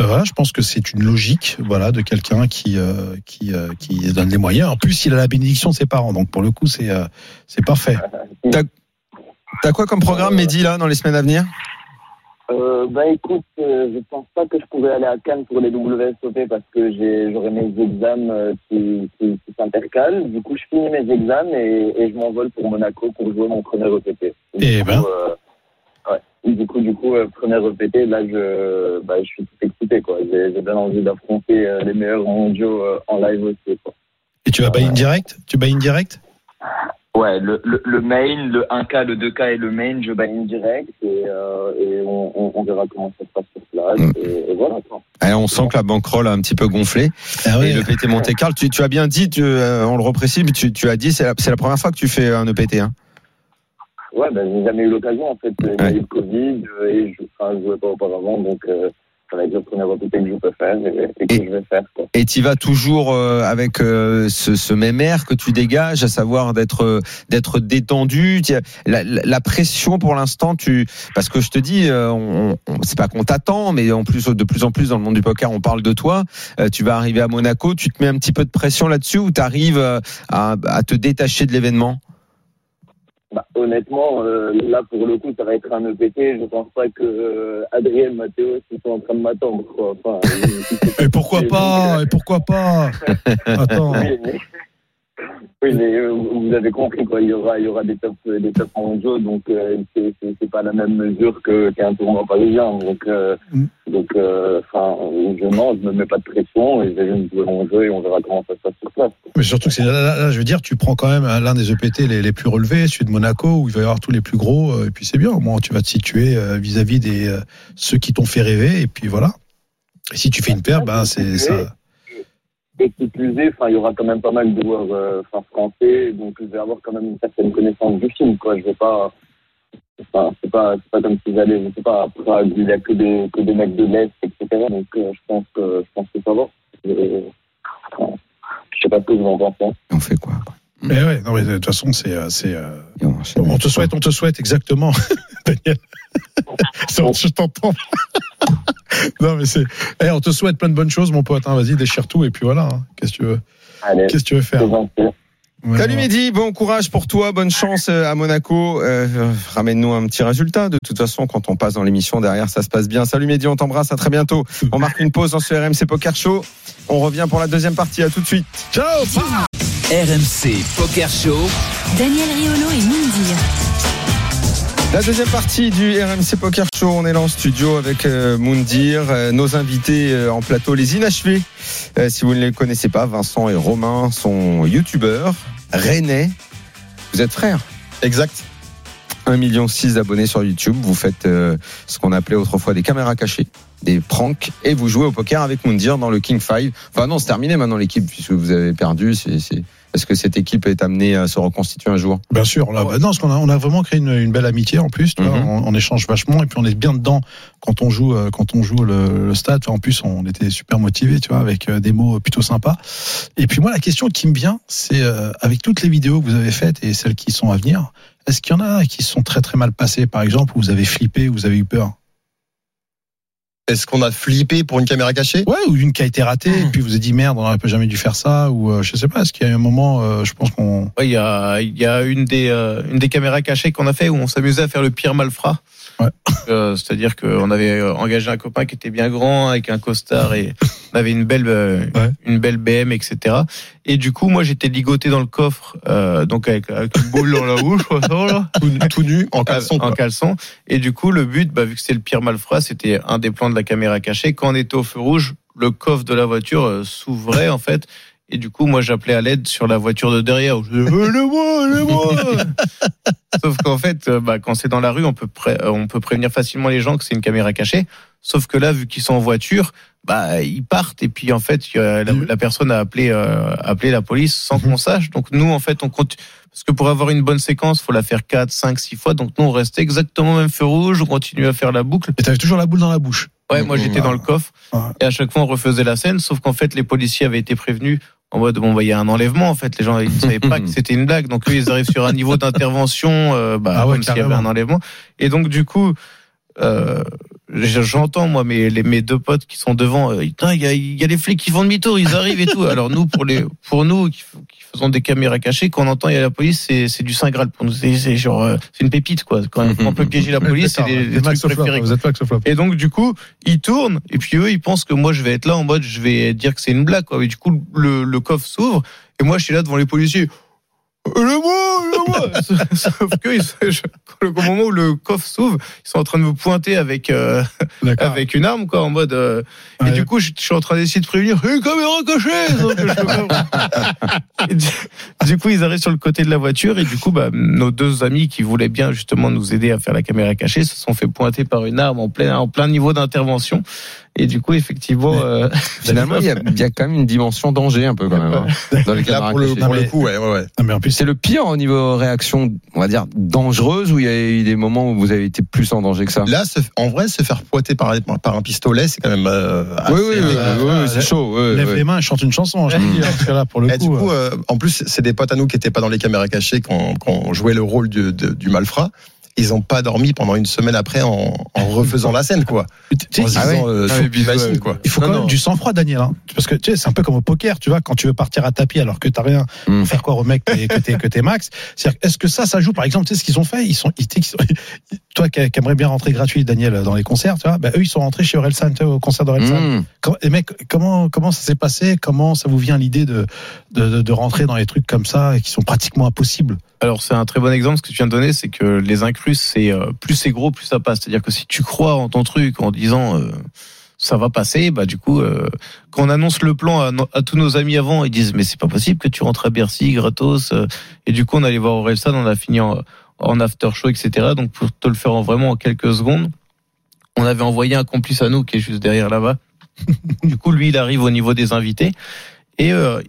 Euh, voilà, je pense que c'est une logique, voilà, de quelqu'un qui euh, qui euh, qui se donne les moyens. En plus, il a la bénédiction de ses parents, donc pour le coup, c'est euh, c'est parfait.
T'as quoi comme
euh,
programme, Mehdi, là, dans les semaines à venir
Euh, bah écoute, euh, je pense pas que je pouvais aller à Cannes pour les WSOP parce que j'ai j'aurai mes examens euh, qui, qui, qui s'intercalent. Du coup, je finis mes examens et, et je m'envole pour Monaco pour jouer mon premier EPT. Du
Eh
coup,
ben.
euh, ouais. Du coup, du coup, euh, premier EPT, là, je, bah, je suis tout excité quoi. J'ai j'ai bien envie d'affronter euh, les meilleurs mondiaux euh, en live aussi. Quoi.
Et tu vas buy in direct Tu buy in direct
Ouais, le, le, le main, le 1K, le 2K et le main, je bannis direct et, euh, et on, on, on verra comment ça se passe sur place.
Mm.
Et, et voilà quoi.
Eh, On sent que la banquerolle a un petit peu gonflé.
Ah
Et le PT Monte Carlo, tu, tu as bien dit, tu, euh, on le reprécise, mais tu, tu as dit, c'est la, c'est la première fois que tu fais un EPT. Hein.
Ouais, ben, j'ai jamais eu l'occasion en fait. Il y a
Ouais.
eu le Covid euh, et je, enfin, je jouais pas auparavant, donc euh, ça va être le premier repoussé que je peux faire et, et que je vais faire. Quoi.
Et tu vas toujours euh, avec euh, ce, ce même air que tu dégages, à savoir d'être euh, d'être détendu. T'y as- La, la- la pression pour l'instant, tu parce que je te dis, euh, on, on- c'est pas qu'on t'attend, mais en plus de plus en plus dans le monde du poker, on parle de toi. Euh, tu vas arriver à Monaco, tu te mets un petit peu de pression là-dessus ou t'arrives euh, à, à te détacher de l'événement.
Bah, honnêtement, euh, là pour le coup, ça va être un EPT. Je pense pas que euh, Adrien, Mathéo, ils sont en train de m'attendre. Quoi. Enfin, ils-
Et pourquoi pas euh, Et pourquoi pas Attends.
Oui, mais, oui, mais, euh, vous avez compris quoi. Il y aura, il y aura des tops, euh, des tops mondiaux, donc euh, c'est- c'est c'est pas la même mesure que qu'un tournoi parisien. Donc, euh,
Mm.
donc, euh, enfin, je non, je me mets pas de pression et je vais juste jouer mon jeu et on verra comment ça se passe sur place.
Mais surtout que c'est là, là- là, je veux dire, tu prends quand même euh, l'un des EPT les, les plus relevés, celui de Monaco, où il va y avoir tous les plus gros, euh, et puis c'est bien, au moins tu vas te situer euh, vis-à-vis des euh, ceux qui t'ont fait rêver, et puis voilà. Et si tu fais une paire, ben c'est ça.
Et qui plus est, enfin, il y aura quand même pas mal de joueurs euh, enfin, français, donc je vais avoir quand même une certaine connaissance du film, quoi. Je vais pas. Enfin, c'est pas, c'est pas comme s'ils allaient, je sais pas, à Prague, où il y a que des, que des mecs de l'Est, etc. Donc, euh, je pense que, je pense que ça va. Et, enfin, je sais pas ce que vous en pensez.
On fait quoi après
Eh
Mais ouais, non, mais de toute façon, c'est. euh, c'est, euh,
Et on enchaîne.
On te souhaite, on te souhaite exactement, Daniel. Ça, je t'entends. non, mais c'est. Eh, on te souhaite plein de bonnes choses, mon pote. hein. Vas-y, déchire tout et puis voilà. hein. Qu'est-ce que tu veux
Allez,
Qu'est-ce que tu veux
c'est
faire
gentil.
Ouais,
Salut
voilà.
Mehdi, bon courage pour toi, bonne chance euh, à Monaco. Euh, euh, Ramène-nous un petit résultat. De toute façon, quand on passe dans l'émission derrière, ça se passe bien. Salut Mehdi, on t'embrasse, à très bientôt. On marque une pause dans ce RMC Poker Show. On revient pour la deuxième partie, à tout de suite. Ciao
RMC Poker Show.
Daniel Riolo et Mindir.
La deuxième partie du RMC Poker Show, on est là en studio avec euh, Moundir, euh, nos invités euh, en plateau, les inachevés. Euh, si vous ne les connaissez pas, Vincent et Romain sont youtubeurs, rennais. Vous êtes frères
Exact.
1,6 million d'abonnés sur YouTube. Vous faites euh, ce qu'on appelait autrefois des caméras cachées, des pranks, et vous jouez au poker avec Moundir dans le King 5. Enfin non, c'est terminé maintenant l'équipe, puisque vous avez perdu. C'est- c'est- Est-ce que cette équipe est amenée à se reconstituer un jour
Bien sûr, on a, bah non, parce qu'on a, on a vraiment créé une, une belle amitié en plus. tu vois.
Mhm.
on, on échange vachement et puis on est bien dedans quand on joue, euh, quand on joue le, le stade. Enfin, en plus, on était super motivés, tu vois, avec euh, des mots plutôt sympas. Et puis moi, la question qui me vient, c'est euh, avec toutes les vidéos que vous avez faites et celles qui sont à venir, est-ce qu'il y en a qui se sont très très mal passées, par exemple, où vous avez flippé, où vous avez eu peur,
Est-ce qu'on a flippé pour une caméra cachée
ouais, ou une qui a été ratée et puis vous avez dit merde, on n'aurait pas jamais dû faire ça, ou euh, je sais pas, est-ce qu'il y a eu un moment, euh, je pense qu'on,
Ouais, Il y, a, il y a une des, euh, une des caméras cachées qu'on a fait où on s'amusait à faire le pire malfrat.
Ouais.
Euh, C'est-à-dire qu'on avait euh, engagé un copain qui était bien grand avec un costard et on avait une belle, euh,
Ouais.
une belle BM, etc. Et du coup, moi, j'étais ligoté dans le coffre, euh, donc avec, avec une boule dans la bouche, quoi, là, Ah,
tout, Ah, tout nu,
ah,
en caleçon.
en
quoi.
caleçon. Et du coup, le but, bah, vu que c'était le pire malfrat, c'était un des plans de la caméra cachée. Quand on était au feu rouge, le coffre de la voiture euh, s'ouvrait en fait. Et du coup, moi, j'appelais à l'aide sur la voiture de derrière. Je
ah.
disais, Euh, le-moi, le-moi Sauf qu'en fait, euh, bah, quand c'est dans la rue, on peut, pré- euh, on peut prévenir facilement les gens que c'est une caméra cachée. Sauf que là, vu qu'ils sont en voiture, bah, ils partent. Et puis, en fait, euh, la, la personne a appelé, euh, appelé la police sans qu'on sache. Donc, nous, en fait, on compte. Parce que pour avoir une bonne séquence, faut la faire 4, 5, 6 fois. Donc, nous, on restait exactement au même feu rouge. On continuait à faire la boucle.
et t'avais toujours la boule dans la bouche.
Ouais, moi, j'étais dans le coffre.
Mmh, Ouais.
Et à chaque fois, on refaisait la scène. Sauf qu'en fait, les policiers avaient été prévenus. En mode, bon, bah, il y a un enlèvement, en fait. Les gens, ils ne savaient pas que c'était une blague. Donc, eux, ils arrivent sur un niveau d'intervention, euh, bah,
Ah ouais,
comme s'il y avait un
carrément.
enlèvement. Et donc, du coup, euh, j- j'entends, moi, mes, les, mes deux potes qui sont devant, euh, Putain, il y a, il y a les flics qui font demi-tour, ils arrivent et tout. Alors, nous, pour les, pour nous, qui, f- qui faisons des caméras cachées, quand on entend, il y a la police, c'est, c'est du Saint Graal pour nous. C'est, c'est genre, euh, c'est une pépite, quoi. Quand quand
Mmh,
on peut piéger la police, c'est des, des trucs préférés.
Vous êtes pas que ce flop.
Et donc, du coup, ils tournent, et puis eux, ils pensent que moi, je vais être là en mode, je vais dire que c'est une blague, quoi. Et du coup, le, le coffre s'ouvre, et moi, je suis là devant les policiers. Euh, Le mot, le mot Sauf que, ils- je- au moment où le coffre s'ouvre, ils sont en train de me pointer avec, euh,
D'accord.
avec une arme, quoi, en mode. euh,
Ouais.
Et du coup, je, je suis en train d'essayer de prévenir, une caméra cachée sauf que je peux pas. Et du, du coup, ils arrivent sur le côté de la voiture, et du coup, bah, nos deux amis qui voulaient bien justement nous aider à faire la caméra cachée se sont fait pointer par une arme en plein, en plein niveau d'intervention. Et du coup, effectivement. euh,
Finalement, il y, a, il y a quand même une dimension danger un peu quand même. hein, dans les
Là,
caméras
pour le,
cachées.
pour le
mais-
coup, ouais, ouais, ouais.
Ah, mais en plus,
C'est le pire au niveau réaction, on va dire, dangereuse, où il y a eu des moments où vous avez été plus en danger que ça
Là, se- en vrai, se faire pointer par, par un pistolet, c'est quand même. euh, assez-
Oui, oui, oui,
euh,
oui,
euh,
oui, c'est
lève-
chaud. oui,
lève
oui.
les mains et chante une chanson. Je te dis, hein, parce que là, pour le coup,
Et du coup,
euh,
euh, en plus, c'est des potes à nous qui n'étaient pas dans les caméras cachées quand on jouait le rôle du, de- du malfrat. Ils n'ont pas dormi pendant une semaine après en, en refaisant la scène, quoi.
tu
En
sais,
se
Ah
disant,
ouais
euh,
Ah
faut
oui,
que tu imagines,
visuel.
quoi.
il faut
non,
quand
non.
même du sang-froid, Daniel. hein. Parce que tu sais, c'est un peu comme au poker, tu vois, quand tu veux partir à tapis alors que t'as rien,
Mm.
faut faire quoi au mec que t'es- que t'es que t'es max C'est-à-dire, est-ce que ça, ça joue Par exemple, tu sais ce qu'ils ont fait Ils sont, ils, t'es- ils- toi qui qui aimerais bien rentrer gratuit, Daniel, dans les concerts, tu vois, bah, eux, ils sont rentrés chez Orelsan, tu vois, au concert d'Orelsan.
Mmh.
Quand- Et mec, comment comment ça s'est passé Comment ça vous vient l'idée de, de de- de rentrer dans les trucs comme ça et qui sont pratiquement impossibles
Alors c'est un très bon exemple ce que tu viens de donner, c'est que les incrus, c'est euh, plus c'est gros, plus ça passe. C'est-à-dire que si tu crois en ton truc en disant euh, ça va passer, bah du coup euh, quand on annonce le plan à, no- à tous nos amis avant, ils disent mais c'est pas possible que tu rentres à Bercy gratos. euh. et du coup on allait voir Orelsan, on a fini en, en after show etc. Donc pour te le faire en vraiment en quelques secondes, on avait envoyé un complice à nous qui est juste derrière là-bas. du coup lui il arrive au niveau des invités. Et euh,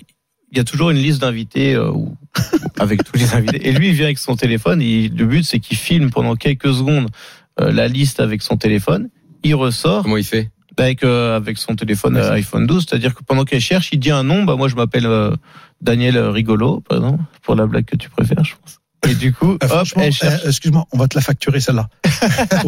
il y a toujours une liste d'invités euh, où- avec tous les invités. Et lui, il vient avec son téléphone. Et le but, c'est qu'il filme pendant quelques secondes euh, la liste avec son téléphone. Il ressort
Comment il fait
avec, euh, avec son téléphone euh, iPhone 12. C'est-à-dire que pendant qu'elle cherche, il dit un nom. Bah, moi, je m'appelle euh, Daniel Rigolo, par exemple, pour la blague que tu préfères, je pense. Et du coup,
Euh,
hop,
franchement,
elle cherche.
euh, excuse-moi, on va te la facturer celle-là. ouais,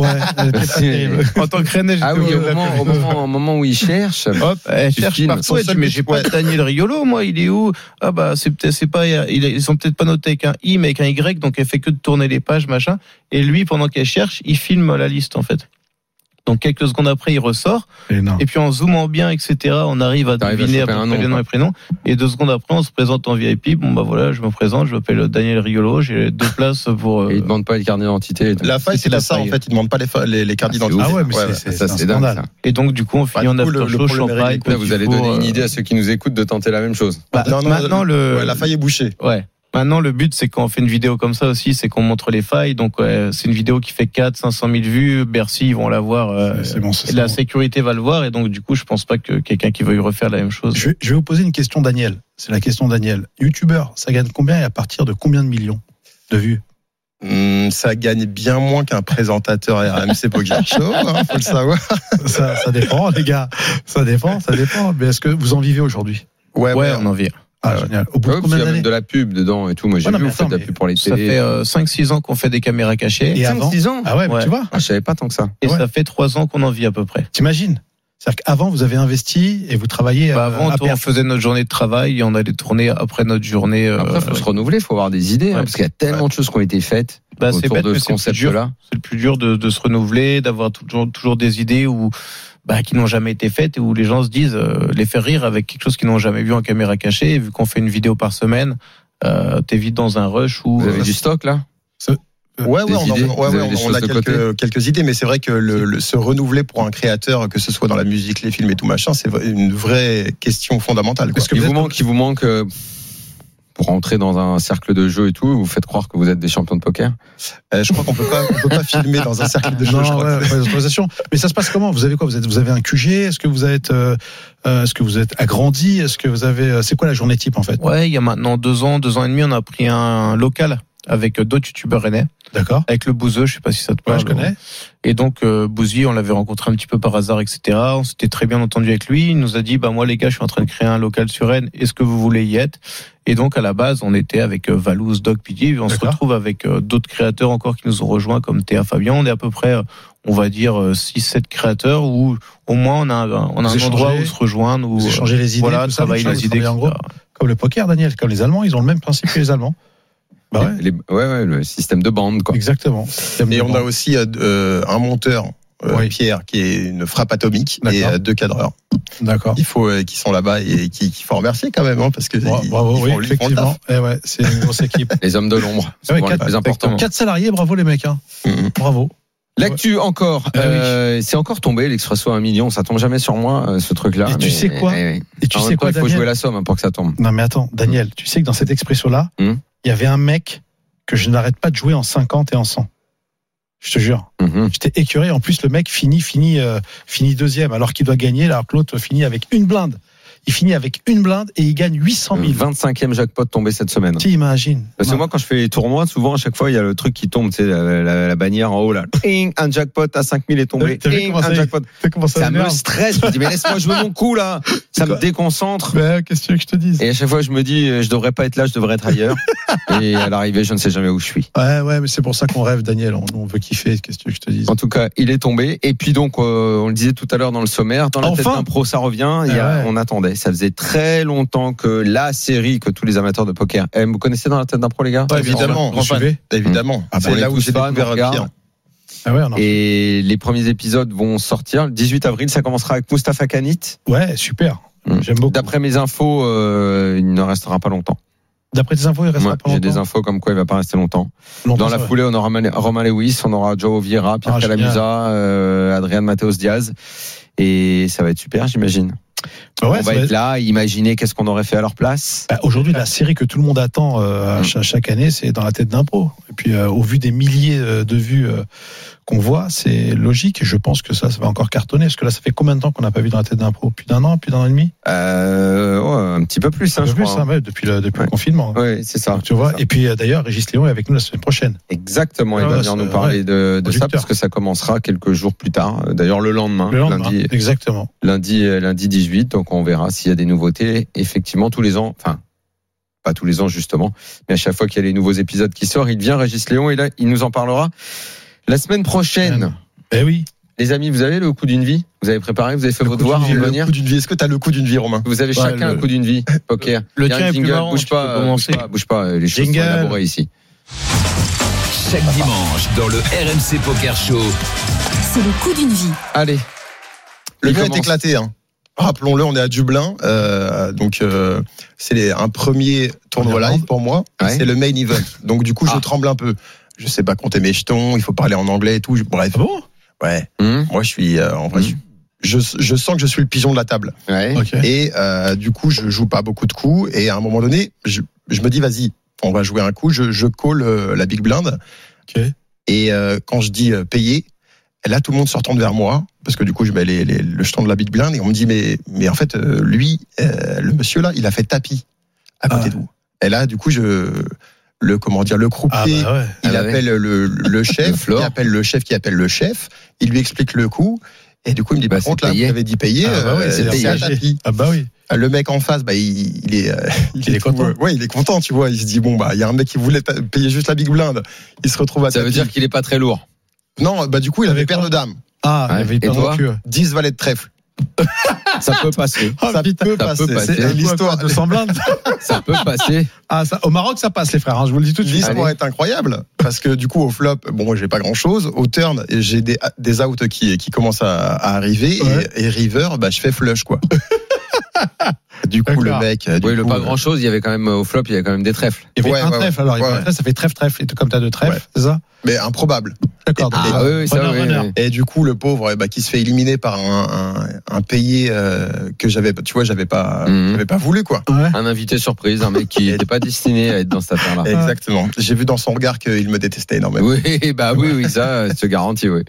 euh, elle
Ah,
était pas terrible.
En tant que René,
Ah oui, au moment, au moment, au moment où il cherche.
Hop, elle
Tu
cherche
filmes.
partout.
Son
Elle dit,
seul
mais
but,
j'ai pas Daniel Riolo, moi, il est où Ah bah, c'est peut-être, c'est pas, il est- ils sont peut-être pas notés avec un I, mais avec un Y, donc elle fait que de tourner les pages, machin. Et lui, pendant qu'elle cherche, il filme la liste, en fait. Donc quelques secondes après, il ressort.
Et ah, non.
Et puis en zoomant bien, etc., on arrive à
T'arrives à
deviner à
choper
peu
un
près
nom,
les noms
quoi.
et prénoms. Et deux secondes après, on se présente en VIP. Bon bah voilà, je me présente, je m'appelle Daniel Riolo, j'ai deux places pour. euh,
Et il demande pas le carnet d'identité. et tout.
La faille,
C'était
c'était
la
ça, en
faille.
fait. Ils demandent pas les, fa- les, les cartes
Ah, c'est
d'identité.
Ah ouais, mais
Ouais, ouais.
c'est- c'est
ça,
un
c'est dingue.
scandale.
ça.
Et donc du coup, on finit
Bah, du
en
coup,
after
le- le
show,
problème est
champagne.
réglé. Ah,
Là, vous allez
petit four,
donner une
euh,
idée à ceux qui nous écoutent de tenter la même chose.
bah,
Non, non,
maintenant le.
Ouais, la faille est bouchée.
Ouais. Maintenant, le but, c'est quand on fait une vidéo comme ça aussi, c'est qu'on montre les failles. Donc, ouais, c'est une vidéo qui fait 4, 500 000 vues. Bercy, ils vont la voir. euh,
C'est- c'est bon, c'est
et la
ça.
sécurité va le voir. Et donc, du coup, je pense pas que quelqu'un qui veuille refaire la même chose.
Je, vais- je vais vous poser une question, Daniel. C'est la question, Daniel. Youtubeur, ça gagne combien et à partir de combien de millions de vues
Hum, ça gagne bien moins qu'un présentateur RMC Poker Show, hein, faut le savoir.
ça, ça dépend, les gars. Ça dépend, ça dépend. Mais est-ce que vous en vivez aujourd'hui
Ouais,
ouais,
ouais.
on en vient.
Ah,
Ouais.
génial. Au bout
Ouais, parce qu'il
de combien
y a même
d'années
de la pub dedans et tout. Moi, j'ai
Ouais, non,
vu,
mais
vous faites de
attends,
la pub pour les
Ça fait
télés.
5-6 ans qu'on fait des caméras cachées.
Et avant
5-6 ans
Ah ouais, mais
Ouais.
tu vois,
Ah, Je savais pas tant que ça.
Et
ouais.
ça fait 3 ans qu'on en vit à peu près.
t'imagines. C'est-à-dire qu'avant, vous avez investi et vous travaillez
Bah,
euh,
avant,
à
toi, on
perte.
faisait notre journée de travail et on allait tourner après notre journée. euh,
Après, faut se renouveler, faut avoir des idées, hein,
Ouais.
parce qu'il y a tellement de choses qui ont été faites
bah, c'est
autour
bête,
de
mais
ce
c'est le plus dur.
concept-là.
C'est le plus dur de, de se renouveler, d'avoir toujours, toujours des idées où, bah, qui n'ont jamais été faites et où les gens se disent euh, les faire rire avec quelque chose qu'ils n'ont jamais vu en caméra cachée. Et vu qu'on fait une vidéo par semaine, euh, t'es vite dans un rush où.
Vous avez
euh,
du stock là
Ouais, ouais,
Euh, Des
on, en-
idées,
ouais,
vous
ouais,
avez
on-
des
on a
choses de
quelques, quelques idées, mais c'est vrai que le, le- se renouveler pour un créateur, que ce soit dans la musique, les films et tout machin, c'est une vraie question fondamentale. Quoi.
Parce que
il
vous
vous
êtes-
manque, il vous manque euh, pour entrer dans un cercle de jeu et tout. Vous faites croire que vous êtes des champions de poker.
Euh, je crois qu'on peut pas, on peut pas filmer dans un cercle de jeu. je
Non,
crois.
ouais, pas d'autorisation. Mais ça se passe comment Vous avez quoi vous, êtes, vous avez un QG Est-ce que vous êtes, euh, euh, est-ce que vous êtes agrandi Est-ce que vous avez, euh, c'est quoi la journée type en fait
Ouais, il y a maintenant deux ans, deux ans et demi, on a pris un local avec euh, d'autres youtubeurs rennais,
D'accord.
avec le Bouzeux, je sais pas si ça te
Ouais,
parle.
je connais.
Et donc euh, Bouzy, on l'avait rencontré un petit peu par hasard, etc. On s'était très bien entendu avec lui. Il nous a dit, bah moi les gars, je suis en train de créer un local sur Rennes. Est-ce que vous voulez y être Et donc à la base, on était avec euh, Valouz, Doc PD. On se
D'accord.
retrouve avec euh, d'autres créateurs encore qui nous ont rejoints, comme Théa Fabien. On est à peu près, euh, on va dire, 6-7 créateurs où au moins on a, un- on a
Vous
un endroit
échangez,
où se rejoindre, où
Vous
euh,
échangez les idées,
voilà,
tout ça,
travailler
vous
les idées.
travaillez en
etc.
gros, comme le poker, Daniel, comme les Allemands, ils ont le même principe que les Allemands. Bah ouais.
Les- les- ouais, ouais, le système de bande quoi.
Exactement.
Et on a aussi euh, euh, un monteur. euh,
Oui.
Pierre, qui est une frappe atomique, et
D'accord.
euh, deux cadreurs.
D'accord.
Il faut euh, qui sont là-bas et qui, qu'il faut remercier quand même, hein, parce que
Bra-
ils-
Bravo,
ils
oui,
font- ils font le taf.
effectivement. Eh ouais, c'est une grosse équipe.
Les hommes de l'ombre, c'est
Ah Ouais,
souvent les
quatre-
plus importants. Mm-hmm.
Quatre salariés, bravo les mecs. Hein.
Mhm.
Bravo.
L'actu encore,
Ah oui.
euh, c'est encore tombé l'expresso à un million. Ça tombe jamais sur moi euh, ce truc-là.
Et tu
mais-
sais quoi
Eh oui.
Et tu
en
sais
même temps,
quoi,
il faut jouer
Daniel
la somme hein, pour que ça tombe.
Non mais attends, Daniel, tu sais que dans cet expresso-là, il
Mhm.
y avait un mec que je n'arrête pas de jouer en 50 et en 100. Je te jure.
Mhm.
J'étais écœuré. En plus, le mec finit, finit, euh, finit deuxième, alors qu'il doit gagner, alors que l'autre finit avec une blinde. Il finit avec une blinde et il gagne 800 000.
25e jackpot tombé cette semaine.
T'imagines
Euh, Parce que
Non.
moi, quand je fais les tournois, souvent, à chaque fois, il y a le truc qui tombe, tu sais, la, la- la bannière en haut, là. Ting, un jackpot à 5000 est tombé.
Euh, T'as vu
Ting,
comment ça
un
y-
jackpot.
T'as commencé à
Ça me
m'énerver.
stresse. Je me dis, mais laisse-moi jouer mon coup, là. Ça me déconcentre.
Ben, Qu'est-ce que tu veux que je te dise
Et à chaque fois, je me dis, euh, je devrais pas être là, je devrais être ailleurs. Et à l'arrivée, je ne sais jamais où je suis.
Ouais, ouais, mais c'est pour ça qu'on rêve, Daniel. On, on veut kiffer. Qu'est-ce que tu veux que je te dise
En tout cas, il est tombé. Et puis donc, euh, on le disait tout à l'heure dans le sommaire, dans la tête
Enfin
d'un pro, ça revient. Il y a-
Ah ouais.
On attendait. Ça faisait très longtemps que la série que tous les amateurs de poker aiment. Vous connaissez dans la tête d'un pro, les gars
Ouais, évidemment,
Vous suivez
évidemment.
Ah bah, on
c'est
est
là où
tous
j'ai
fans, on
découvert
regarde.
Pierre.
Ah ouais, on en-
Et les premiers épisodes vont sortir. Le 18 avril, ça commencera avec Mustapha Kanit.
ouais, super.
Mm.
J'aime beaucoup.
D'après mes infos, euh, il ne restera pas longtemps.
D'après tes infos, il reste
Moi,
pas
J'ai
longtemps.
des infos comme quoi il va pas rester longtemps.
Longtemps,
Dans la
ça va.
foulée, on aura Roman- Romain Lewis, on aura Joe Vieira, Pierre
Ah, génial.
Calamusa, euh, Adrian Mateos Diaz. Et ça va être super, j'imagine.
Bah ouais,
on va
ça va
être
être-
là, imaginer qu'est-ce qu'on aurait fait à leur place.
bah, Aujourd'hui, la série que tout le monde attend euh, à
Mm.
cha- chaque année, c'est dans la tête d'un pro. Et puis, euh, au vu des milliers euh, de vues euh, qu'on voit, c'est logique. Et je pense que ça, ça va encore cartonner. Parce que là, ça fait combien de temps qu'on n'a pas vu dans la tête d'un pro Plus d'un an, plus d'un an et demi
Euh, ouais, un petit peu plus, hein,
Un peu
je
plus,
crois.
hein, ouais, depuis le, depuis
Ouais.
le confinement.
Ouais, c'est ça.
Donc, tu vois.
C'est ça.
Et puis, euh, d'ailleurs, Régis Léon est avec nous la semaine prochaine.
Exactement, il
Ah
va
ouais,
venir
c'est-
nous parler
ouais.
de, de ça
Producteur.
parce que ça commencera quelques jours plus tard. Euh, D'ailleurs, le lendemain,
Le lendemain.
lundi,
Exactement.
lundi, euh, lundi 18. Donc, on verra s'il y a des nouveautés. Effectivement, tous les ans, enfin, pas tous les ans justement, mais à chaque fois qu'il y a les nouveaux épisodes qui sortent, il vient Régis Léon et là, il nous en parlera la semaine prochaine.
Ben oui.
Les amis, vous avez le coup d'une vie Vous avez préparé Vous avez fait vos
Coup d'une
devoirs
vie,
avant de
le
venir
coup d'une vie. Est-ce que t'as le coup d'une vie, Romain
Vous avez
Ouais,
chacun
le-
un coup d'une vie, poker.
Le
Il y a un
tien est plus
jingle,
marrant,
bouge
tu peux
pas, euh,
commencer.
bouge pas, bouge pas, les choses
Jingle.
sont élaborées ici.
Chaque dimanche dans le RMC Poker Show.
C'est le coup d'une vie.
Allez.
Le
Il
gars est
commence.
éclaté. hein. Rappelons-le, on est à Dublin. euh, donc, euh, c'est les- un premier tournoi live pour moi. et
Ouais.
C'est le main event. Donc, du coup, je
Ah.
tremble un peu. Je sais pas compter mes jetons, il faut parler en anglais et tout. je-
Ah
Bref. Ouais.
Hum,
Moi, je suis. euh, en vrai,
Mhm.
je, je- je sens que je suis le pigeon de la table.
ouais.
Ok.
Et euh, du coup, je joue pas beaucoup de coups. Et à un moment donné, je, je me dis, vas-y, on va jouer un coup. Je, je call euh, la big blind.
Ok.
Et euh, quand je dis euh, payer, là, tout le monde se retourne vers moi. Parce que du coup, je mets les- les- le jeton de la big blind. Et on me dit, mais, mais en fait, euh, lui, euh, le monsieur là, il a fait tapis à côté
Ah.
de vous. Et là, du coup, je. Le, comment dire, le croupier
Ah, bah ouais.
il
Ah ouais.
appelle le, le
Le
chef,
floor.
il appelle le chef qui appelle le chef, il lui explique le coup, et du coup il me dit
Bah,
par
c'est
contre là
payé.
vous avez dit payer,
Ah, bah ouais,
euh,
c'est
c'est à
payé.
tapis.
Ah, bah oui.
Le mec en face, bah, il, il est, euh,
Il est
tout,
content.
euh, ouais, il est content, tu vois. Il se dit bon bah il y a un mec qui voulait pa- payer juste la big blind, il se retrouve à
Ça veut
tapis.
dire qu'il est pas très lourd.
Non, bah du coup il avait
Avec
paire
quoi
de dames,
Ah,
Ouais.
il avait
Et
hyper
toi
dans le cul.
10 valets de trèfle.
Ça peut passer.
Ah,
ça,
putain.
peut
ça
passer.
peut passer.
C'est-
C'est l'histoire
L'histoire,
de 100 blindes.
Ça peut passer.
Ah, ça, au Maroc, ça passe, les frères. hein, je vous le dis tout de suite.
L'histoire est incroyable parce que du coup au flop, bon moi j'ai pas grand chose. Au turn j'ai des, des outs qui, qui commencent à, à arriver
Ouais.
et, et river bah je fais flush quoi. du coup le
D'accord.
mec, euh, du
Oui, le
coup,
pas
euh,
grand chose, il y avait quand même euh, au flop, il y avait quand même des trèfles.
Il y avait
Ouais,
un
ouais,
trèfle, alors. il y avait
ouais.
un trèfle, ça fait trèfle, trèfle, et tout comme t'as deux trèfles,
Ouais.
c'est ça
mais improbable.
D'accord.
Ah,
donc, euh,
Ah oui, oui, ça
runner,
oui,
runner.
oui.
Et du coup le pauvre eh bah, qui se fait éliminer par un, un, un payé euh, que j'avais tu vois j'avais pas
Mhm.
j'avais pas voulu quoi.
Ouais.
Un invité surprise, un mec qui n'était pas destiné à être dans cette affaire-là.
Exactement. J'ai vu dans son regard qu'il me détestait énormément.
Oui, bah oui, oui, ça, euh, se garantit, oui.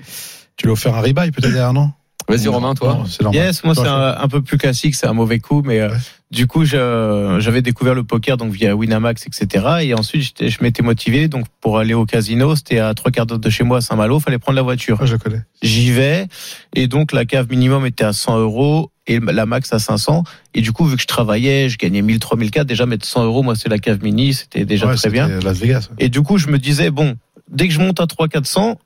Tu lui as offert un rebuy, peut-être, derrière, non
Vas-y, Romain, toi.
Non, C'est normal.
Yes, moi c'est un, un peu plus classique, c'est un mauvais coup, mais euh, du coup je- j'avais découvert le poker donc via Winamax, etc. Et ensuite j'étais- je m'étais motivé donc pour aller au casino, c'était à trois quarts d'heure de chez moi à Saint-Malo, fallait prendre la voiture.
Ah, je le connais.
J'y vais et donc la cave minimum était à 100 euros et la max à 500. Et du coup vu que je travaillais, je gagnais 1000, 3000, 4 déjà mettre 100 euros, moi c'est la cave mini, c'était déjà
Ouais,
très
c'était
bien.
Las Vegas. ouais.
Et du coup, je me disais, bon, dès que je monte à 3-400,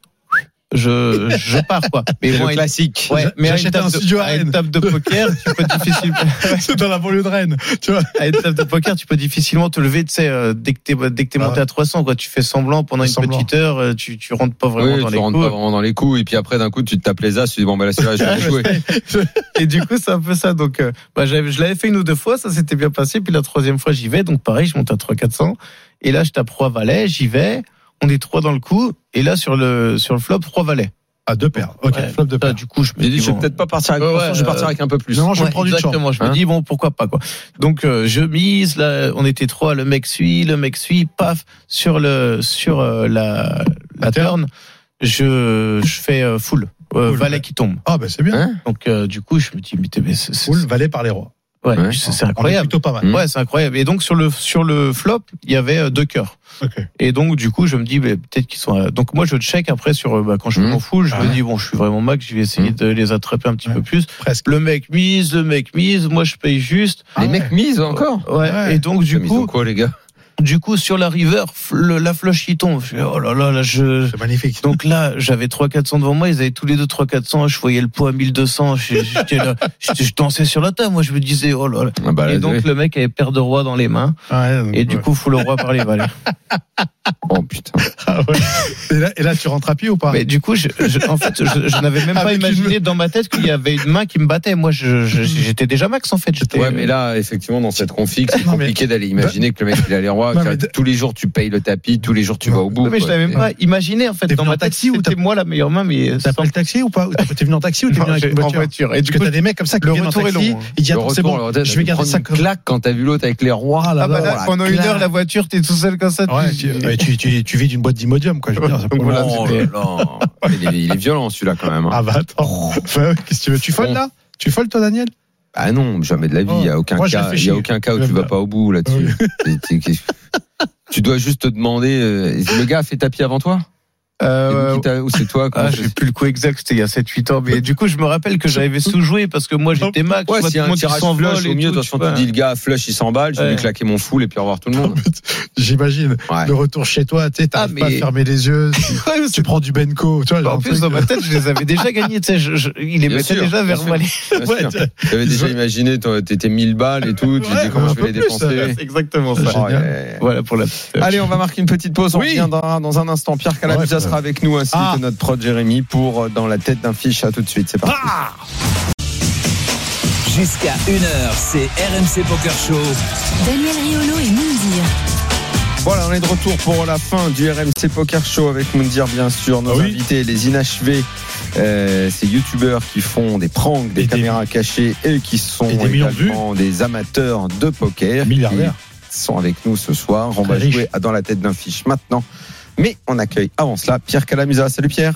je, je pars, quoi. Mais
C'est
bon,
le
à une-
classique.
ouais, mais à une,
J'achète
table
un studio
de,
à
à une
Rennes.
table de poker, tu peux difficilement,
C'est dans la banlieue de Rennes. Tu vois
à une table de poker, tu peux difficilement te lever, tu sais, euh, dès que t'es, dès que t'es
Ah
monté
ouais.
à 300, quoi. Tu fais semblant pendant une
Semblant.
petite heure, euh, tu, tu rentres pas vraiment
Oui,
dans
tu
les
rentres pas
cours.
vraiment dans les coups, et puis après, d'un coup, tu te tapes les as, tu dis, bon, bah là, celui-là, je vais jouer.
Et du coup, c'est un peu ça. Donc, euh, bah, j'avais- je l'avais fait une ou deux fois, ça s'était bien passé. Puis la troisième fois, j'y vais. Donc, pareil, je monte à 300-400. Et là, je tape 3 valets, j'y vais. On est trois dans le coup. Et là, sur le, sur le flop, trois valets.
Ah, deux paires. Ok,
Ouais.
flop de
Là,
paires.
du coup, je me
J'ai dit,
dis,
je vais
bon,
peut-être pas partir avec
Ouais,
300, je vais
ouais,
partir
euh,
avec un peu plus.
Non, je
ouais,
prends du champ.
exactement. Je
Hein
me dis bon, pourquoi pas quoi. Donc euh, je mise. Là, on était trois. Le mec suit. Le mec suit. Paf sur le sur euh, la la turn. Je je fais euh, full euh,
Full,
valet
ouais.
qui tombe.
Ah, bah, c'est bien.
Hein
Donc euh, du coup, je me dis mais, t'es- mais c'est c'est-
Cool, valet par les rois.
ouais,
Ouais.
c'est c'est
On est
incroyable.
plutôt pas mal.
Mm.
Ouais, c'est incroyable. Et donc sur le sur le flop, il y avait euh, deux cœurs.
Ok.
Et donc, du coup, je me dis, mais peut-être qu'ils sont. à- Donc, moi, je check après sur. euh, Bah, quand je
Mhm.
m'en fous, je
Ah
me
ouais. Mmh.
dis, bon, je suis vraiment max, je vais essayer
Mhm.
de les attraper un petit
Ouais.
peu plus.
Presque.
Le mec mise, le mec mise, moi, je paye juste.
Les
Ah ouais.
mecs misent encore.
Ouais.
Ouais.
Et donc,
Ils
du
misent en
coup,
quoi, les gars?
du coup, sur la river, f- le- la flush qui tombe. Je fais, oh là là, là, je.
C'est magnifique.
Donc là, j'avais 3-400 devant moi, ils avaient tous les deux 3-400, je voyais le poids à 1200, je- j'étais là, j'étais- je dansais sur la table, moi je me disais, oh là là.
Ah bah,
Et
là,
donc le mec avait paire de roi dans les mains,
Ouais, donc,
et du
ouais.
coup, fout le roi par les valets.
Oh putain.
Ah ouais. et, là, et là, tu rentres à pied ou pas
Mais du coup, je, je- en fait, je, je n'avais même pas
Avec une
imaginé dans ma tête qu'il y avait une main qui me battait. Moi, je- je- j'étais déjà max en fait. J'étais-
Ouais, mais là, effectivement, dans cette config, c'est
Non, mais-
compliqué d'aller
bah,
imaginer que le mec, il a les rois.
Non,
que
mais-
Tous les jours, tu payes le tapis, tous les jours, tu vas au bout.
Ouais, mais je
quoi.
l'avais même pas imaginé en fait
T'es
dans
venu
ma
en
tête.
taxi ou
C'était moi la meilleure main, mais
T'as pris le taxi ou pas Ou T'es t'es venu en taxi ou t'es
Non,
venu avec
j'ai-
une
en
voiture
voiture. Et du
Parce
coup,
que t'as des mecs comme ça qui
le
viennent en
retour est
taxi,
long, hein.
ils disent
Le
attends, c'est
retour,
bon,
alors, t'as-
je vais
tu
garder
prends
ça
une
comme
claque quand t'as vu l'autre avec les rois. là,
Ah, là,
ah bah là,
voilà,
pendant une
clair.
heure la voiture, t'es tout seul comme ça. Euh,
Ouais,
tu-
tu, ouais, tu, tu, tu vis d'une boîte d'immodium, quoi. Je veux dire, ça peut-
Donc voilà,
Oh là là. Il est, il est violent celui-là quand même. hein.
Ah bah
Oh.
attends. Enfin, Qu'est-ce que tu veux Tu folles
Bon.
là Tu folles toi, Daniel
Ah non, jamais de la vie. Il n'y
Oh.
a aucun
Moi, je
cas. Il
réfléchis.
y a aucun cas où tu vas pas au bout là-dessus. T'es- t'es- Tu dois juste te demander. euh, Le gars a fait tapis avant toi
Euh,
Qui t'a- Ou c'est toi comment
Ah,
ça
j'ai plus le coup exact, c'était il y a 7-8 ans, mais du coup, je me rappelle que j'avais sous-joué parce que moi j'étais max.
Ouais,
je vois
s'il y a
tout le
un
monde qui
tirage
s'envole
flush,
et
au milieu, de
tout,
toute
tu
façon,
vois.
tu dis le gars flush, il s'emballe, je vais
Ouais.
lui claquer mon foul et puis au revoir tout le monde.
J'imagine.
Ouais.
Le retour chez toi, tu sais, t'arrives
Ah,
pas
mais-
à fermer les yeux. tu-
Ouais,
tu prends du Benko. Tu vois, genre
En
un
plus,
truc-
dans ma tête, je les avais déjà gagnés. Tu sais, je- je- il les
Bien
mettait
sûr,
déjà
bien
vers moi. les-
Bien sûr.
Ouais, t'es-
hein. T'avais déjà imaginé, toi, t'étais 1000 balles et tout, tu te dis
Ouais,
comment je
un
vais
peu
les
plus, euh,
dépenser.
C'est exactement
Oh,
ça.
génial.
ouais, ouais, ouais.
Voilà pour la petite.
Allez, on va marquer une petite pause. On
Oui.
revient dans, dans un instant. Pierre Calabusa
Ouais,
sera avec nous ainsi
Ah.
que notre prod Jérémy pour euh, Dans la tête d'un fiche. À tout de suite, c'est parti.
Ah
Jusqu'à 1h, c'est RMC Poker Show.
Daniel Riolo et Moundir.
Voilà, on est de retour pour la fin du RMC Poker Show avec Moundir, bien sûr, nos
Ah oui.
invités, les inachevés, euh, ces youtubeurs qui font des pranks, des
Et des-
caméras cachées et qui sont
Et des millions de vues.
également des amateurs de poker.
Milliardaires.
Qui sont avec nous ce soir. On
Très
va
riche.
jouer à Dans la tête d'un fiche maintenant. Mais on accueille avant cela Pierre Calamusa. Salut Pierre.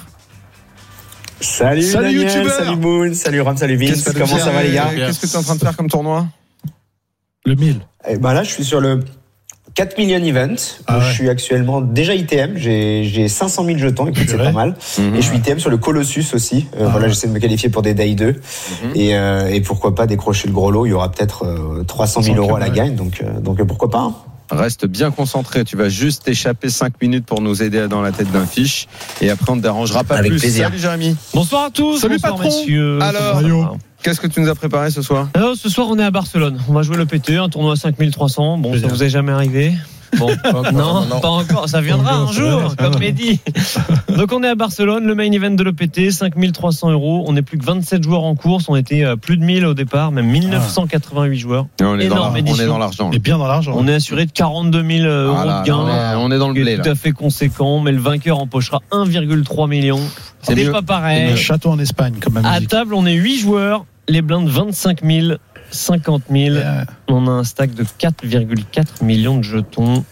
Salut,
Salut,
Daniel,
youtubeur.
salut Moon, salut Ram, salut Vince,
Qu'est-ce que-
comment ça va les gars
euh, Qu'est-ce que tu es en train de faire comme tournoi
Le 1000.
Eh ben Là je suis sur le 4 million event, où
Ah ouais.
je suis actuellement déjà ITM, j'ai j'ai 500 000 jetons, écoute c'est
Purée.
pas mal. Et je suis ITM sur le Colossus aussi, Euh,
Ah
voilà
ouais.
j'essaie de me qualifier pour des Day 2, et, euh, et pourquoi pas décrocher le gros lot, il y aura peut-être euh, 300 000 euros à la
Ouais.
gagne, donc, euh, donc euh, pourquoi pas hein.
Reste bien concentré. Tu vas juste t'échapper 5 minutes pour nous aider à Dans la tête d'un fiche. Et après, on ne te dérangera pas
Avec
plus.
plaisir.
Salut Jérémy.
Bonsoir à tous.
Salut,
bonsoir,
patron.
messieurs.
Alors, euh,
Comment ça va
Qu'est-ce que tu nous as préparé ce soir
Alors, ce soir, on est à Barcelone. On va jouer le PT, un tournoi à 5300. Bon, ça vous est jamais arrivé Bon, non,
non.
pas encore. Ça viendra
Non,
un
ça va,
jour,
ça va.
comme Mehdi. Donc, on est à Barcelone, le main event de l'EPT, 5300 euros. On est plus que 27 joueurs en course. On était euh, plus de 1000 au départ, même 1988 joueurs.
On est, dans
Énorme
la- on est
édition.
dans l'argent.
On est Ah. bien dans l'argent.
On est assuré de 42 000 euros
Voilà,
de gains.
on, est, on est dans le
qui est
blé
tout
Ah là.
à fait conséquent, mais le vainqueur empochera 1,3 million.
C'est
C'est
mieux.
pas
Et
pareil.
Un château en Espagne, comme ma
À
musique.
table, on est 8 joueurs, les blindes 25 000, 50 000.
Euh,
On a un stack de 4,4 millions de jetons.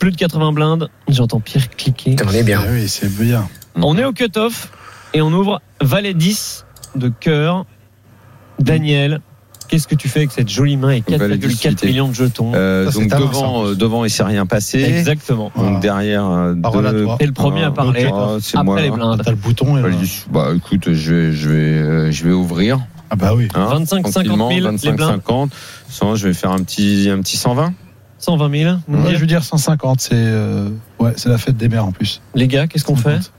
Plus de 80 blindes. J'entends Pierre cliquer.
Putain, on est bien.
ah oui, c'est bien.
On est au cut-off et on ouvre valet 10 de cœur. Daniel, qu'est-ce que tu fais avec cette jolie main et
Valet 10,
4,4
cité.
millions de jetons
Euh,
Ça, c'est
donc
ta main,
devant,
ça.
euh, devant, il s'est rien passé.
Exactement.
Donc
Voilà.
derrière, euh,
Parole à
deux-
toi.
T'es le premier à parler.
Ah, c'est
Après
moi,
les
hein.
blindes.
T'as le bouton. Et
Valet
là-
10. Bah écoute, je vais, je vais, euh, je vais ouvrir.
Ah bah oui.
hein,
25, 50 000,
tranquillement,
les
25,
blindes.
50. Sans, je vais faire un petit, un petit 120.
120 000.
Moi, je veux dire 150, c'est euh, ouais, c'est la fête des mères en plus.
Les gars, qu'est-ce qu'on fait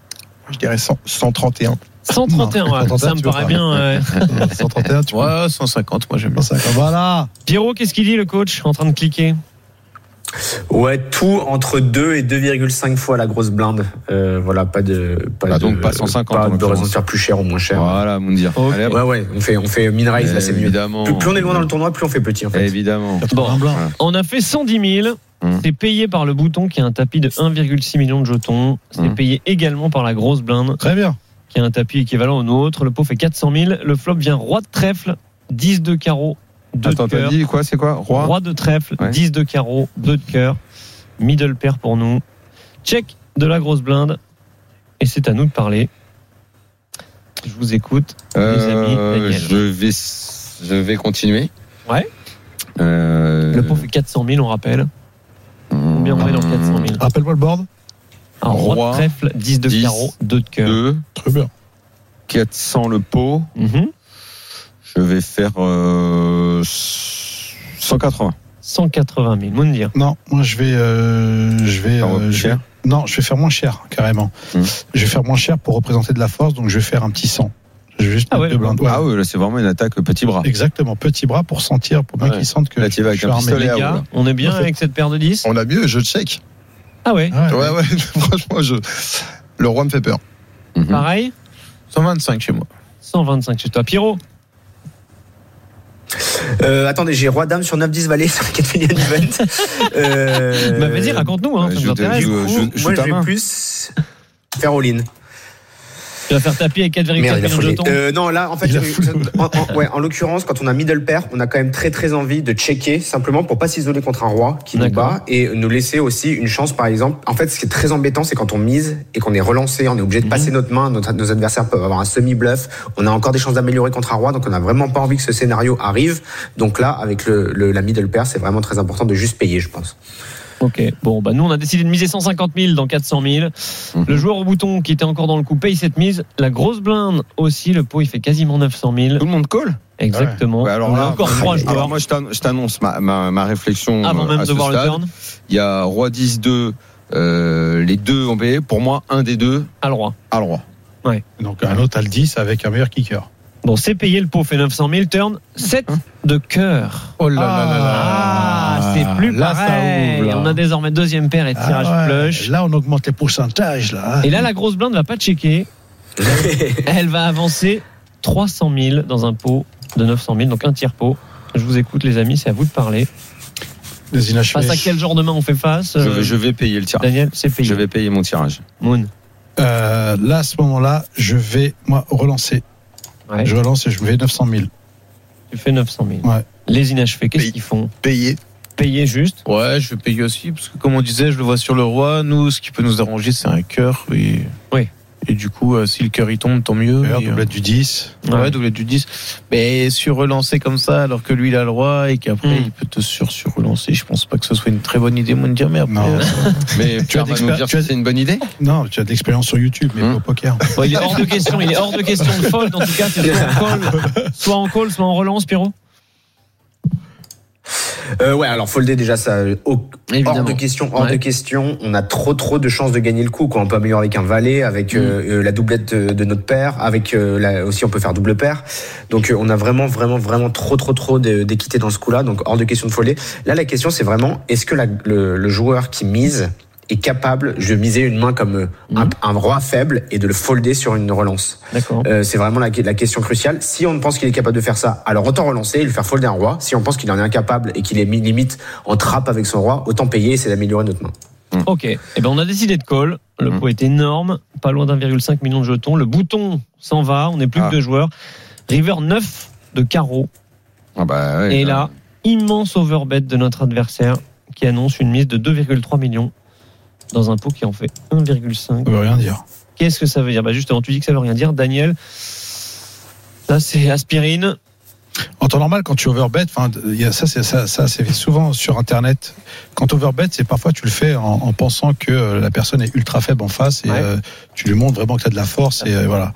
Je dirais 100, 131.
131, ouais,
Attends,
ça me
tu vas
paraît
parler.
bien. ouais.
131, tu vois.
Ouais, 150, moi j'aime bien.
Voilà.
Pierrot, qu'est-ce qu'il dit le coach en train de cliquer
Ouais, tout entre 2 et 2,5 fois la grosse blinde, Euh, voilà, pas de... Pas
Bah,
de,
donc, pas 150, en
Pas de
l'occurrence.
raison de faire plus cher ou moins cher.
Voilà, Moundir.
Ok.
Allez, hop.
Ouais ouais, on fait, on fait min-raise, là c'est mieux.
Évidemment.
Plus, plus on est loin dans le tournoi, plus on fait petit en fait.
Évidemment.
Bon.
Un blanc.
On a fait 110 000.
Hum.
C'est payé par le bouton qui a un tapis de 1,6 million de jetons. C'est
Hum.
payé également par la grosse blinde
Très bien.
qui a un tapis équivalent au nôtre. Le pot fait 400 000. Le flop vient roi de trèfle, 10 de carreau, 2
Attends,
de
t'as
cœur.
dit quoi C'est quoi Roi,
Roi de trèfle,
Ouais.
10 de carreau, 2 de cœur. Middle pair pour nous. Check de la grosse blinde. Et c'est à nous de parler. Je vous écoute,
Euh,
les amis. Daniel.
Je vais, je vais continuer.
Ouais.
Euh,
Le pot fait 400 000, on rappelle. Combien on est dans 400 000
Rappelle-moi le board.
Un roi,
Roi,
de trèfle, 10 de
10,
carreau, 2 de cœur.
2,
Très bien.
400 le pot.
Mhm.
Je vais faire euh, 180.
180 000. Moundir.
Non, moi je vais, euh, je vais,
Faire
euh,
moins
je vais-
cher.
non, je vais faire moins cher carrément.
Hum.
Je vais faire moins cher pour représenter de la force, donc je vais faire un petit 100. Je vais juste
Ah
mettre
ouais.
deux blindes. Ouais.
Ah oui, là c'est vraiment une attaque petit bras.
Exactement, petit bras pour sentir, pour bien
Ouais.
qu'ils sentent que
Là, tu vas
je
avec
suis
un
armé.
pistolet à
Les gars,
eau, là.
on est bien
Parfait.
avec cette paire de 10
On a mieux, jeu de check.
Ah ouais,
Ah ouais.
Ouais, ouais, franchement, je... le roi me fait peur.
pareil,
125 chez moi.
125 chez toi. Pierrot,
Euh, attendez, j'ai roi dame sur 9 10 valet sur 4 million event. Euh,
bah, vas-y, raconte-nous, hein, ça
je
nous
te-
intéresse.
du
Joue,
coup,
joue- joue
moi,
ta
je vais
main.
plus faire all-in.
Tu vas faire taper avec 4,4
Merde, il a
millions de
foulé.
jetons.
Euh, non, là, en fait,
Il a
euh, en, en- ouais, en l'occurrence, quand on a middle pair, on a quand même très très envie de checker simplement pour pas s'isoler contre un roi qui nous
D'accord.
bat et nous laisser aussi une chance, par exemple. En fait, ce qui est très embêtant, c'est quand on mise et qu'on est relancé, on est obligé de passer notre main, notre- nos adversaires peuvent avoir un semi-bluff, on a encore des chances d'améliorer contre un roi, donc on n'a vraiment pas envie que ce scénario arrive. Donc là, avec le, le- la middle pair, c'est vraiment très important de juste payer, je pense.
Ok, bon, bah nous on a décidé de miser 150 000 dans 400 000.
Euh.
Le joueur au bouton qui était encore dans le coup paye cette mise. La grosse blinde aussi, le pot il fait quasiment 900 000.
Tout le monde colle
Exactement.
Ah Ouais, Bah, alors
on
là,
a encore trois
Alors
joueurs
moi, je t'ann- je t'annonce ma, ma, ma réflexion
avant
euh,
même
à
de
ce
voir le
stade.
turn.
Il y a roi 10 2 euh, les deux ont payé. Pour moi, un des deux
À le roi.
a le roi.
Donc un autre à le 10 avec un meilleur kicker.
Bon, c'est payé, le pot fait 900 000. Turn 7
Hein
de cœur.
Oh là
Ah, c'est plus
là, ça
pareil.
ouvre, là.
On a désormais deuxième paire et
Ah
tirage
ouais,
flush.
Là, on augmente les pourcentages. Là, hein.
Et là, la grosse blinde va pas checker. Elle va avancer 300 000 dans un pot de 900 000, donc un tiers pot. Je vous écoute, les amis, c'est à vous de parler.
Des inachevés.
Face à quel genre de main on fait face
Je,
euh,
vais- je vais payer le tirage.
Daniel, c'est payé.
Je vais payer mon tirage.
Moon.
Euh, là, à ce moment-là, je vais moi relancer.
Ouais,
Je relance et je vais 900 000.
Tu fais 900 000.
Ouais.
Les inachevés, qu'est-ce
Paye.
qu'ils font
Payé.
Payer juste.
Ouais, je vais payer aussi, parce que comme on disait, je le vois sur le roi. Nous, ce qui peut nous arranger, c'est un cœur. Et,
Oui.
et du coup, euh, si le cœur il tombe, tant mieux.
Meilleur
mais, euh,
doublette du 10.
ouais, doublette du 10. Mais surrelancer comme ça, alors que lui, il a le roi, et qu'après,
Hmm.
il peut te sur-surrelancer, je pense pas que ce soit une très bonne idée, mon dire, mais après.
Non.
euh,
Mais tu vas
as
nous
d'expert-
dire
tu as-
si c'est une bonne idée
Non, tu as de l'expérience sur YouTube, mais
Hein
Hum.
pas au poker.
Bon, il est hors de question, il est hors de question de fold. En tout cas, c'est soit en call, soit en call, soit en relance, Pierrot.
Euh, ouais, alors folder déjà ça euh, au- hors de question, hors
Ouais.
de question. On a trop trop de chances de gagner le coup. Quoi. On peut améliorer avec un valet, avec euh, euh, la doublette de, de notre père, avec euh, la- aussi on peut faire double paire. Donc euh, on a vraiment vraiment vraiment trop trop trop de- d'équité dans ce coup-là. Donc hors de question de folder. Là la question c'est vraiment est-ce que la- le, le joueur qui mise est capable je vais miser une main comme euh, un, un roi faible et de le folder sur une relance.
D'accord.
Euh, c'est vraiment la, la question cruciale. Si on pense qu'il est capable de faire ça, alors autant relancer et lui faire folder un roi. Si on pense qu'il en est incapable et qu'il est mis- limite en trappe avec son roi, autant payer et c'est d'améliorer notre main.
Ok. Eh ben, on a décidé de call. Le
Mhm.
pot est énorme, pas loin d'1,5 million de jetons. Le bouton s'en va, on n'est plus
Ah.
que deux joueurs. River 9 de carreau.
ah bah,
Eh
ouais,
Et
ben.
là, immense overbet de notre adversaire qui annonce une mise de 2,3 millions dans un pot qui en fait 1,5.
Ça veut rien dire.
Qu'est-ce que ça veut dire bah Justement, tu dis que ça veut rien dire. Daniel, là, c'est aspirine.
En temps normal, quand tu overbet, enfin, il y a- ça, c'est ça, ça, c'est souvent sur Internet. Quand overbet, c'est parfois tu le fais en, en pensant que euh, la personne est ultra faible en face et
Ouais.
euh, tu lui montres vraiment que tu as de la force et euh, voilà.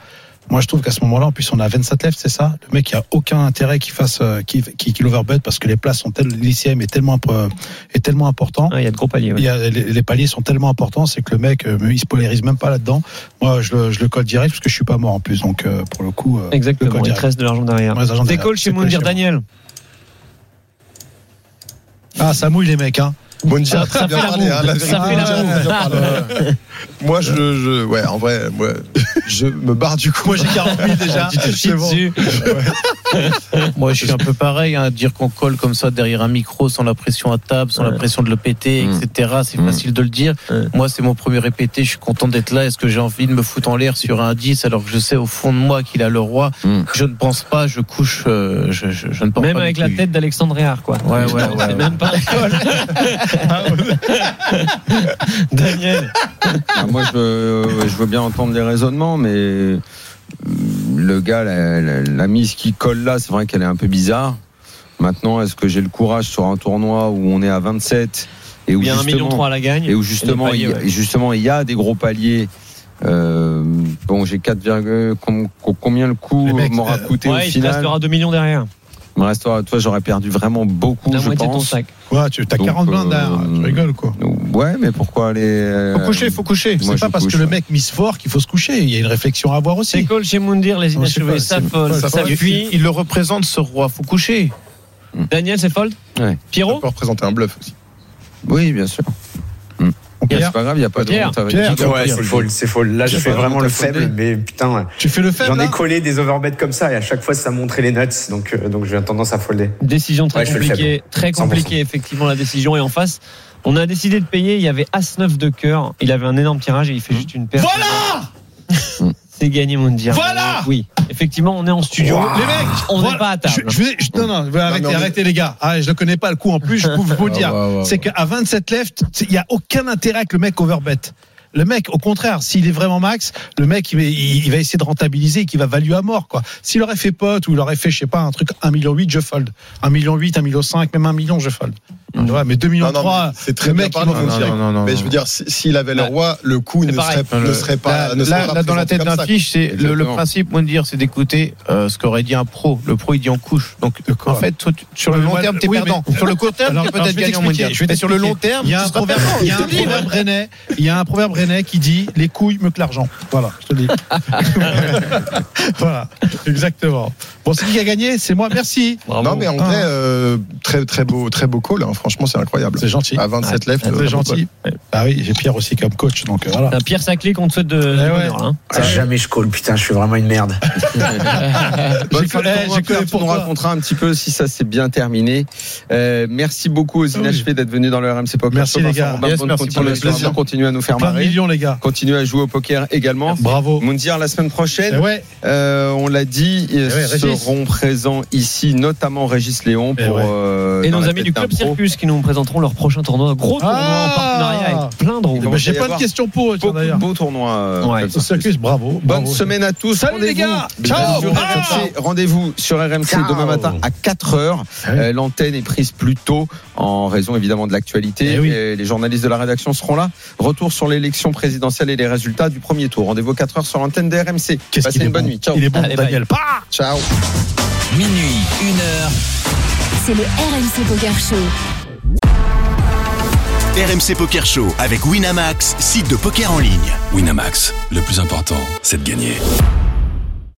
Moi, je trouve qu'à ce moment-là, en plus, on a 27 left, c'est ça. Le mec, il a aucun intérêt qu'il fasse, euh, qu'il qu'il- qu'il overbet parce que les places sont telles, l'ICM est tellement impo- est tellement important.
Ah, Il y a de gros paliers. ouais.
Il y a- les, les paliers sont tellement importants, c'est que le mec, euh, il se polarise même pas là-dedans. Moi, je, le- je le code direct parce que je suis pas mort en plus, donc euh, pour le coup. euh, le
Exactement,
code
il te
direct.
reste de l'argent derrière.
Ouais, les agents
T'es
derrière.
call
C'est
chez Moundir,
call chez
Daniel.
Ah, ça mouille les mecs, hein.
Bonjour,
Ça- ça
très bien
fait la
parlé.
bombe.
hein, la
Ça
vérité,
fait la
Bonjour,
bombe.
très bien parlé. Moi, je, je- ouais, en vrai, moi, je me barre du coup.
Moi, j'ai 40 000 déjà.
Tu te chies
C'est Ah, bon.
dessus.
euh, Moi, je suis un peu pareil, hein, dire qu'on colle comme ça derrière un micro sans la pression à table, sans
Ouais. Hmm.
la pression de le péter,
Mm.
etc. C'est
Mm.
facile de le dire.
Ouais.
Moi, c'est mon premier répété, je suis content d'être là. Est-ce que j'ai envie de me foutre en l'air sur un 10 alors que je sais au fond de moi qu'il a le roi
Mm.
Je ne pense pas, je couche, euh, je, je- je ne pense
Hmm. Même
pas.
avec
non
la
plus.
tête d'Alexandre Réard, quoi.
Ouais, ouais, ouais,
C'est
ouais.
même pas un call. Daniel,
Ah, moi, je veux, je veux bien entendre les raisonnements, mais euh, le gars, la, la- la mise qui colle là, c'est vrai qu'elle est un peu bizarre. Maintenant, est-ce que j'ai le courage sur un tournoi où on est à 27 et où
il y a 1,3 million
justement-
trois à la gagne.
et où justement,
Et les paliers,
il y a,
ouais.
justement, il y a des gros paliers. Euh, bon, j'ai 4, virgule- com- com- combien le coup
Les mecs,
m'aura
euh,
coûté
Ouais,
au
il te
final
restera 2 millions derrière.
Il me restera- toi, j'aurais perdu vraiment beaucoup,
La
je
moitié de ton
pense.
sac.
Quoi, tu as
Donc,
40 blindes, là,
euh,
tu rigoles quoi.
Ouais, mais pourquoi aller euh,
Faut coucher, faut coucher.
moi,
C'est pas
je
parce
couche,
que le
ouais.
mec mise fort qu'il faut se coucher. Il y a une réflexion à avoir
C'est
aussi.
call chez Moundir, les
Non, je sais
inachevés.
pas,
Ça
c'est-
fold,
ouais,
ça
ça fold.
fuit.
Il le représente, ce roi, faut coucher.
Daniel, c'est fold
Ouais.
On
Pierrot
peut représenter un bluff aussi.
Oui, Hum. bien sûr.
On
Mais C'est pas grave, il n'y a pas de
Pierre.
honte avec
Pierre.
Giga.
Ouais, c'est folle, c'est folle. Là, je
J'ai
fais
pas
vraiment
vraiment
le
tapé.
faible, mais putain, ouais.
Tu fais le hein. fait
j'en ai collé des overbets comme ça et à chaque fois ça montrait les nuts, donc, euh, donc j'ai tendance à folder.
Décision très
Ouais, je fais le
compliquée, très
100%.
compliquée effectivement la décision. Et en face, on a décidé de payer. Il y avait As-9 de cœur. Il avait un énorme tirage et il fait juste une paire. Voilà C'est gagné, mon dire.
Voilà
Oui, effectivement, on est en studio.
Les mecs,
On n'est
voilà.
pas à
Je,
table.
je vais- je- non, non, je vais arrêter,
mais on est-
arrêtez, les gars. Ah, je ne connais pas le coup en plus, je peux vous
Ah,
dire.
ouais, ouais, ouais.
C'est qu'à 27 left, c'est- il n'y a aucun intérêt que le mec overbet. Le mec, au contraire, s'il est vraiment max, le mec, il, va- il- il va essayer de rentabiliser et qu'il va value à mort, quoi. S'il aurait fait pote ou il aurait fait, je sais pas, un truc 1,8 million, je fold. 1,8 million, 1,5 million, même 1 million, je fold.
Mmh.
Ouais, mais 2 millions,
Non, non, mais c'est très
le
bien
mec,
parlé,
il m'en
non,
fout.
non,
non, non,
Mais je
non.
veux dire, si- s'il avait le roi, le coup ne
pareil.
serait, ne serait pas.
Euh, Là,
ne serait
là,
pas
là, dans la
présenté
tête d'un
comme ça.
fiche, c'est le, le
Exactement.
principe, mon dire, c'est d'écouter euh, ce qu'aurait dit un pro. Le pro, il dit en couche. Donc, en fait, toi, tu- sur le
Oui,
long
mais-
terme, t'es
oui,
perdant.
mais-
Sur le court terme,
Alors,
t'es
alors, je
peut-être
vais
gagnant, mon
t'expliquer,
dire.
je vais
Mais sur le long terme,
Il y a un
tu seras
proverbe,
perdant.
il y a
Je
un
te dis,
proverbe rennais, il y a un proverbe rennais qui dit les couilles mieux que l'argent. Voilà, je te le dis. voilà, exactement. Bon, c'est qui qui a gagné C'est moi. Merci.
Bravo.
Non, mais en
Ah.
vrai, euh, très, très, beau, très beau call. hein. Franchement, c'est incroyable.
C'est gentil.
À 27 left. euh,
C'est gentil. Ah oui, j'ai Pierre aussi comme coach, donc euh, voilà.
T'as Pierre Saclay qu'on te souhaite de, de
ouais.
bonheur, hein.
Ah, jamais je colle, putain, je suis vraiment une merde.
Bonne
J'ai
fin de
collé-
tournoi,
j'ai
Pierre,
collé
tu nous
pour toi.
raconteras un petit peu si ça s'est bien terminé. Euh, merci beaucoup aux inachevés d'être venus dans le RMC Poker.
Ah Merci,
Show.
les
Vincent
gars.
Robin,
Yes,
bonne
merci pour le
continuation.
plaisir.
Continuez à nous faire
Plein de
marrer.
millions, les gars.
Continuez à jouer au poker également.
Bravo.
Moundir, la semaine
Eh
prochaine,
ouais,
euh, on l'a dit, ils
Eh ouais, Régis.
seront présents ici, notamment Régis Léon
Eh
pour
ouais.
euh,
Et
dans
nos
la
amis
tête
du
d'un
Club
pro.
Circus qui nous présenteront leur prochain tournoi. Gros tournoi
Ah.
en partenariat avec plein de
Il
roues.
va
j'ai
y
pas de
avoir
questions pour eux, tiens,
Beaucoup de
d'ailleurs.
beaux tournois. euh,
Ouais.
Club
Au
Circus.
circus, bravo.
Bonne
bravo.
semaine à tous.
Salut, les
Rendez-vous.
gars.
Bien
Ciao.
sûr,
Ah.
RMC. Rendez-vous sur RMC
Ciao.
demain matin à 4h.
Ah oui.
L'antenne est prise plus tôt en raison évidemment de l'actualité.
Eh oui.
Et Les journalistes de la rédaction seront là. Retour sur l'élection présidentielle et les résultats du premier tour. Rendez-vous à 4h sur l'antenne de RMC.
Qu'est-ce
Passez
qu'il est
une bonne
bon.
nuit. Ciao.
Il est bon,
Allez,
Daniel. Pah
Ciao.
Minuit, 1h,
C'est le RMC Poker Show.
RMC Poker Show avec Winamax, site de poker en ligne.
Winamax, le plus important, c'est de gagner.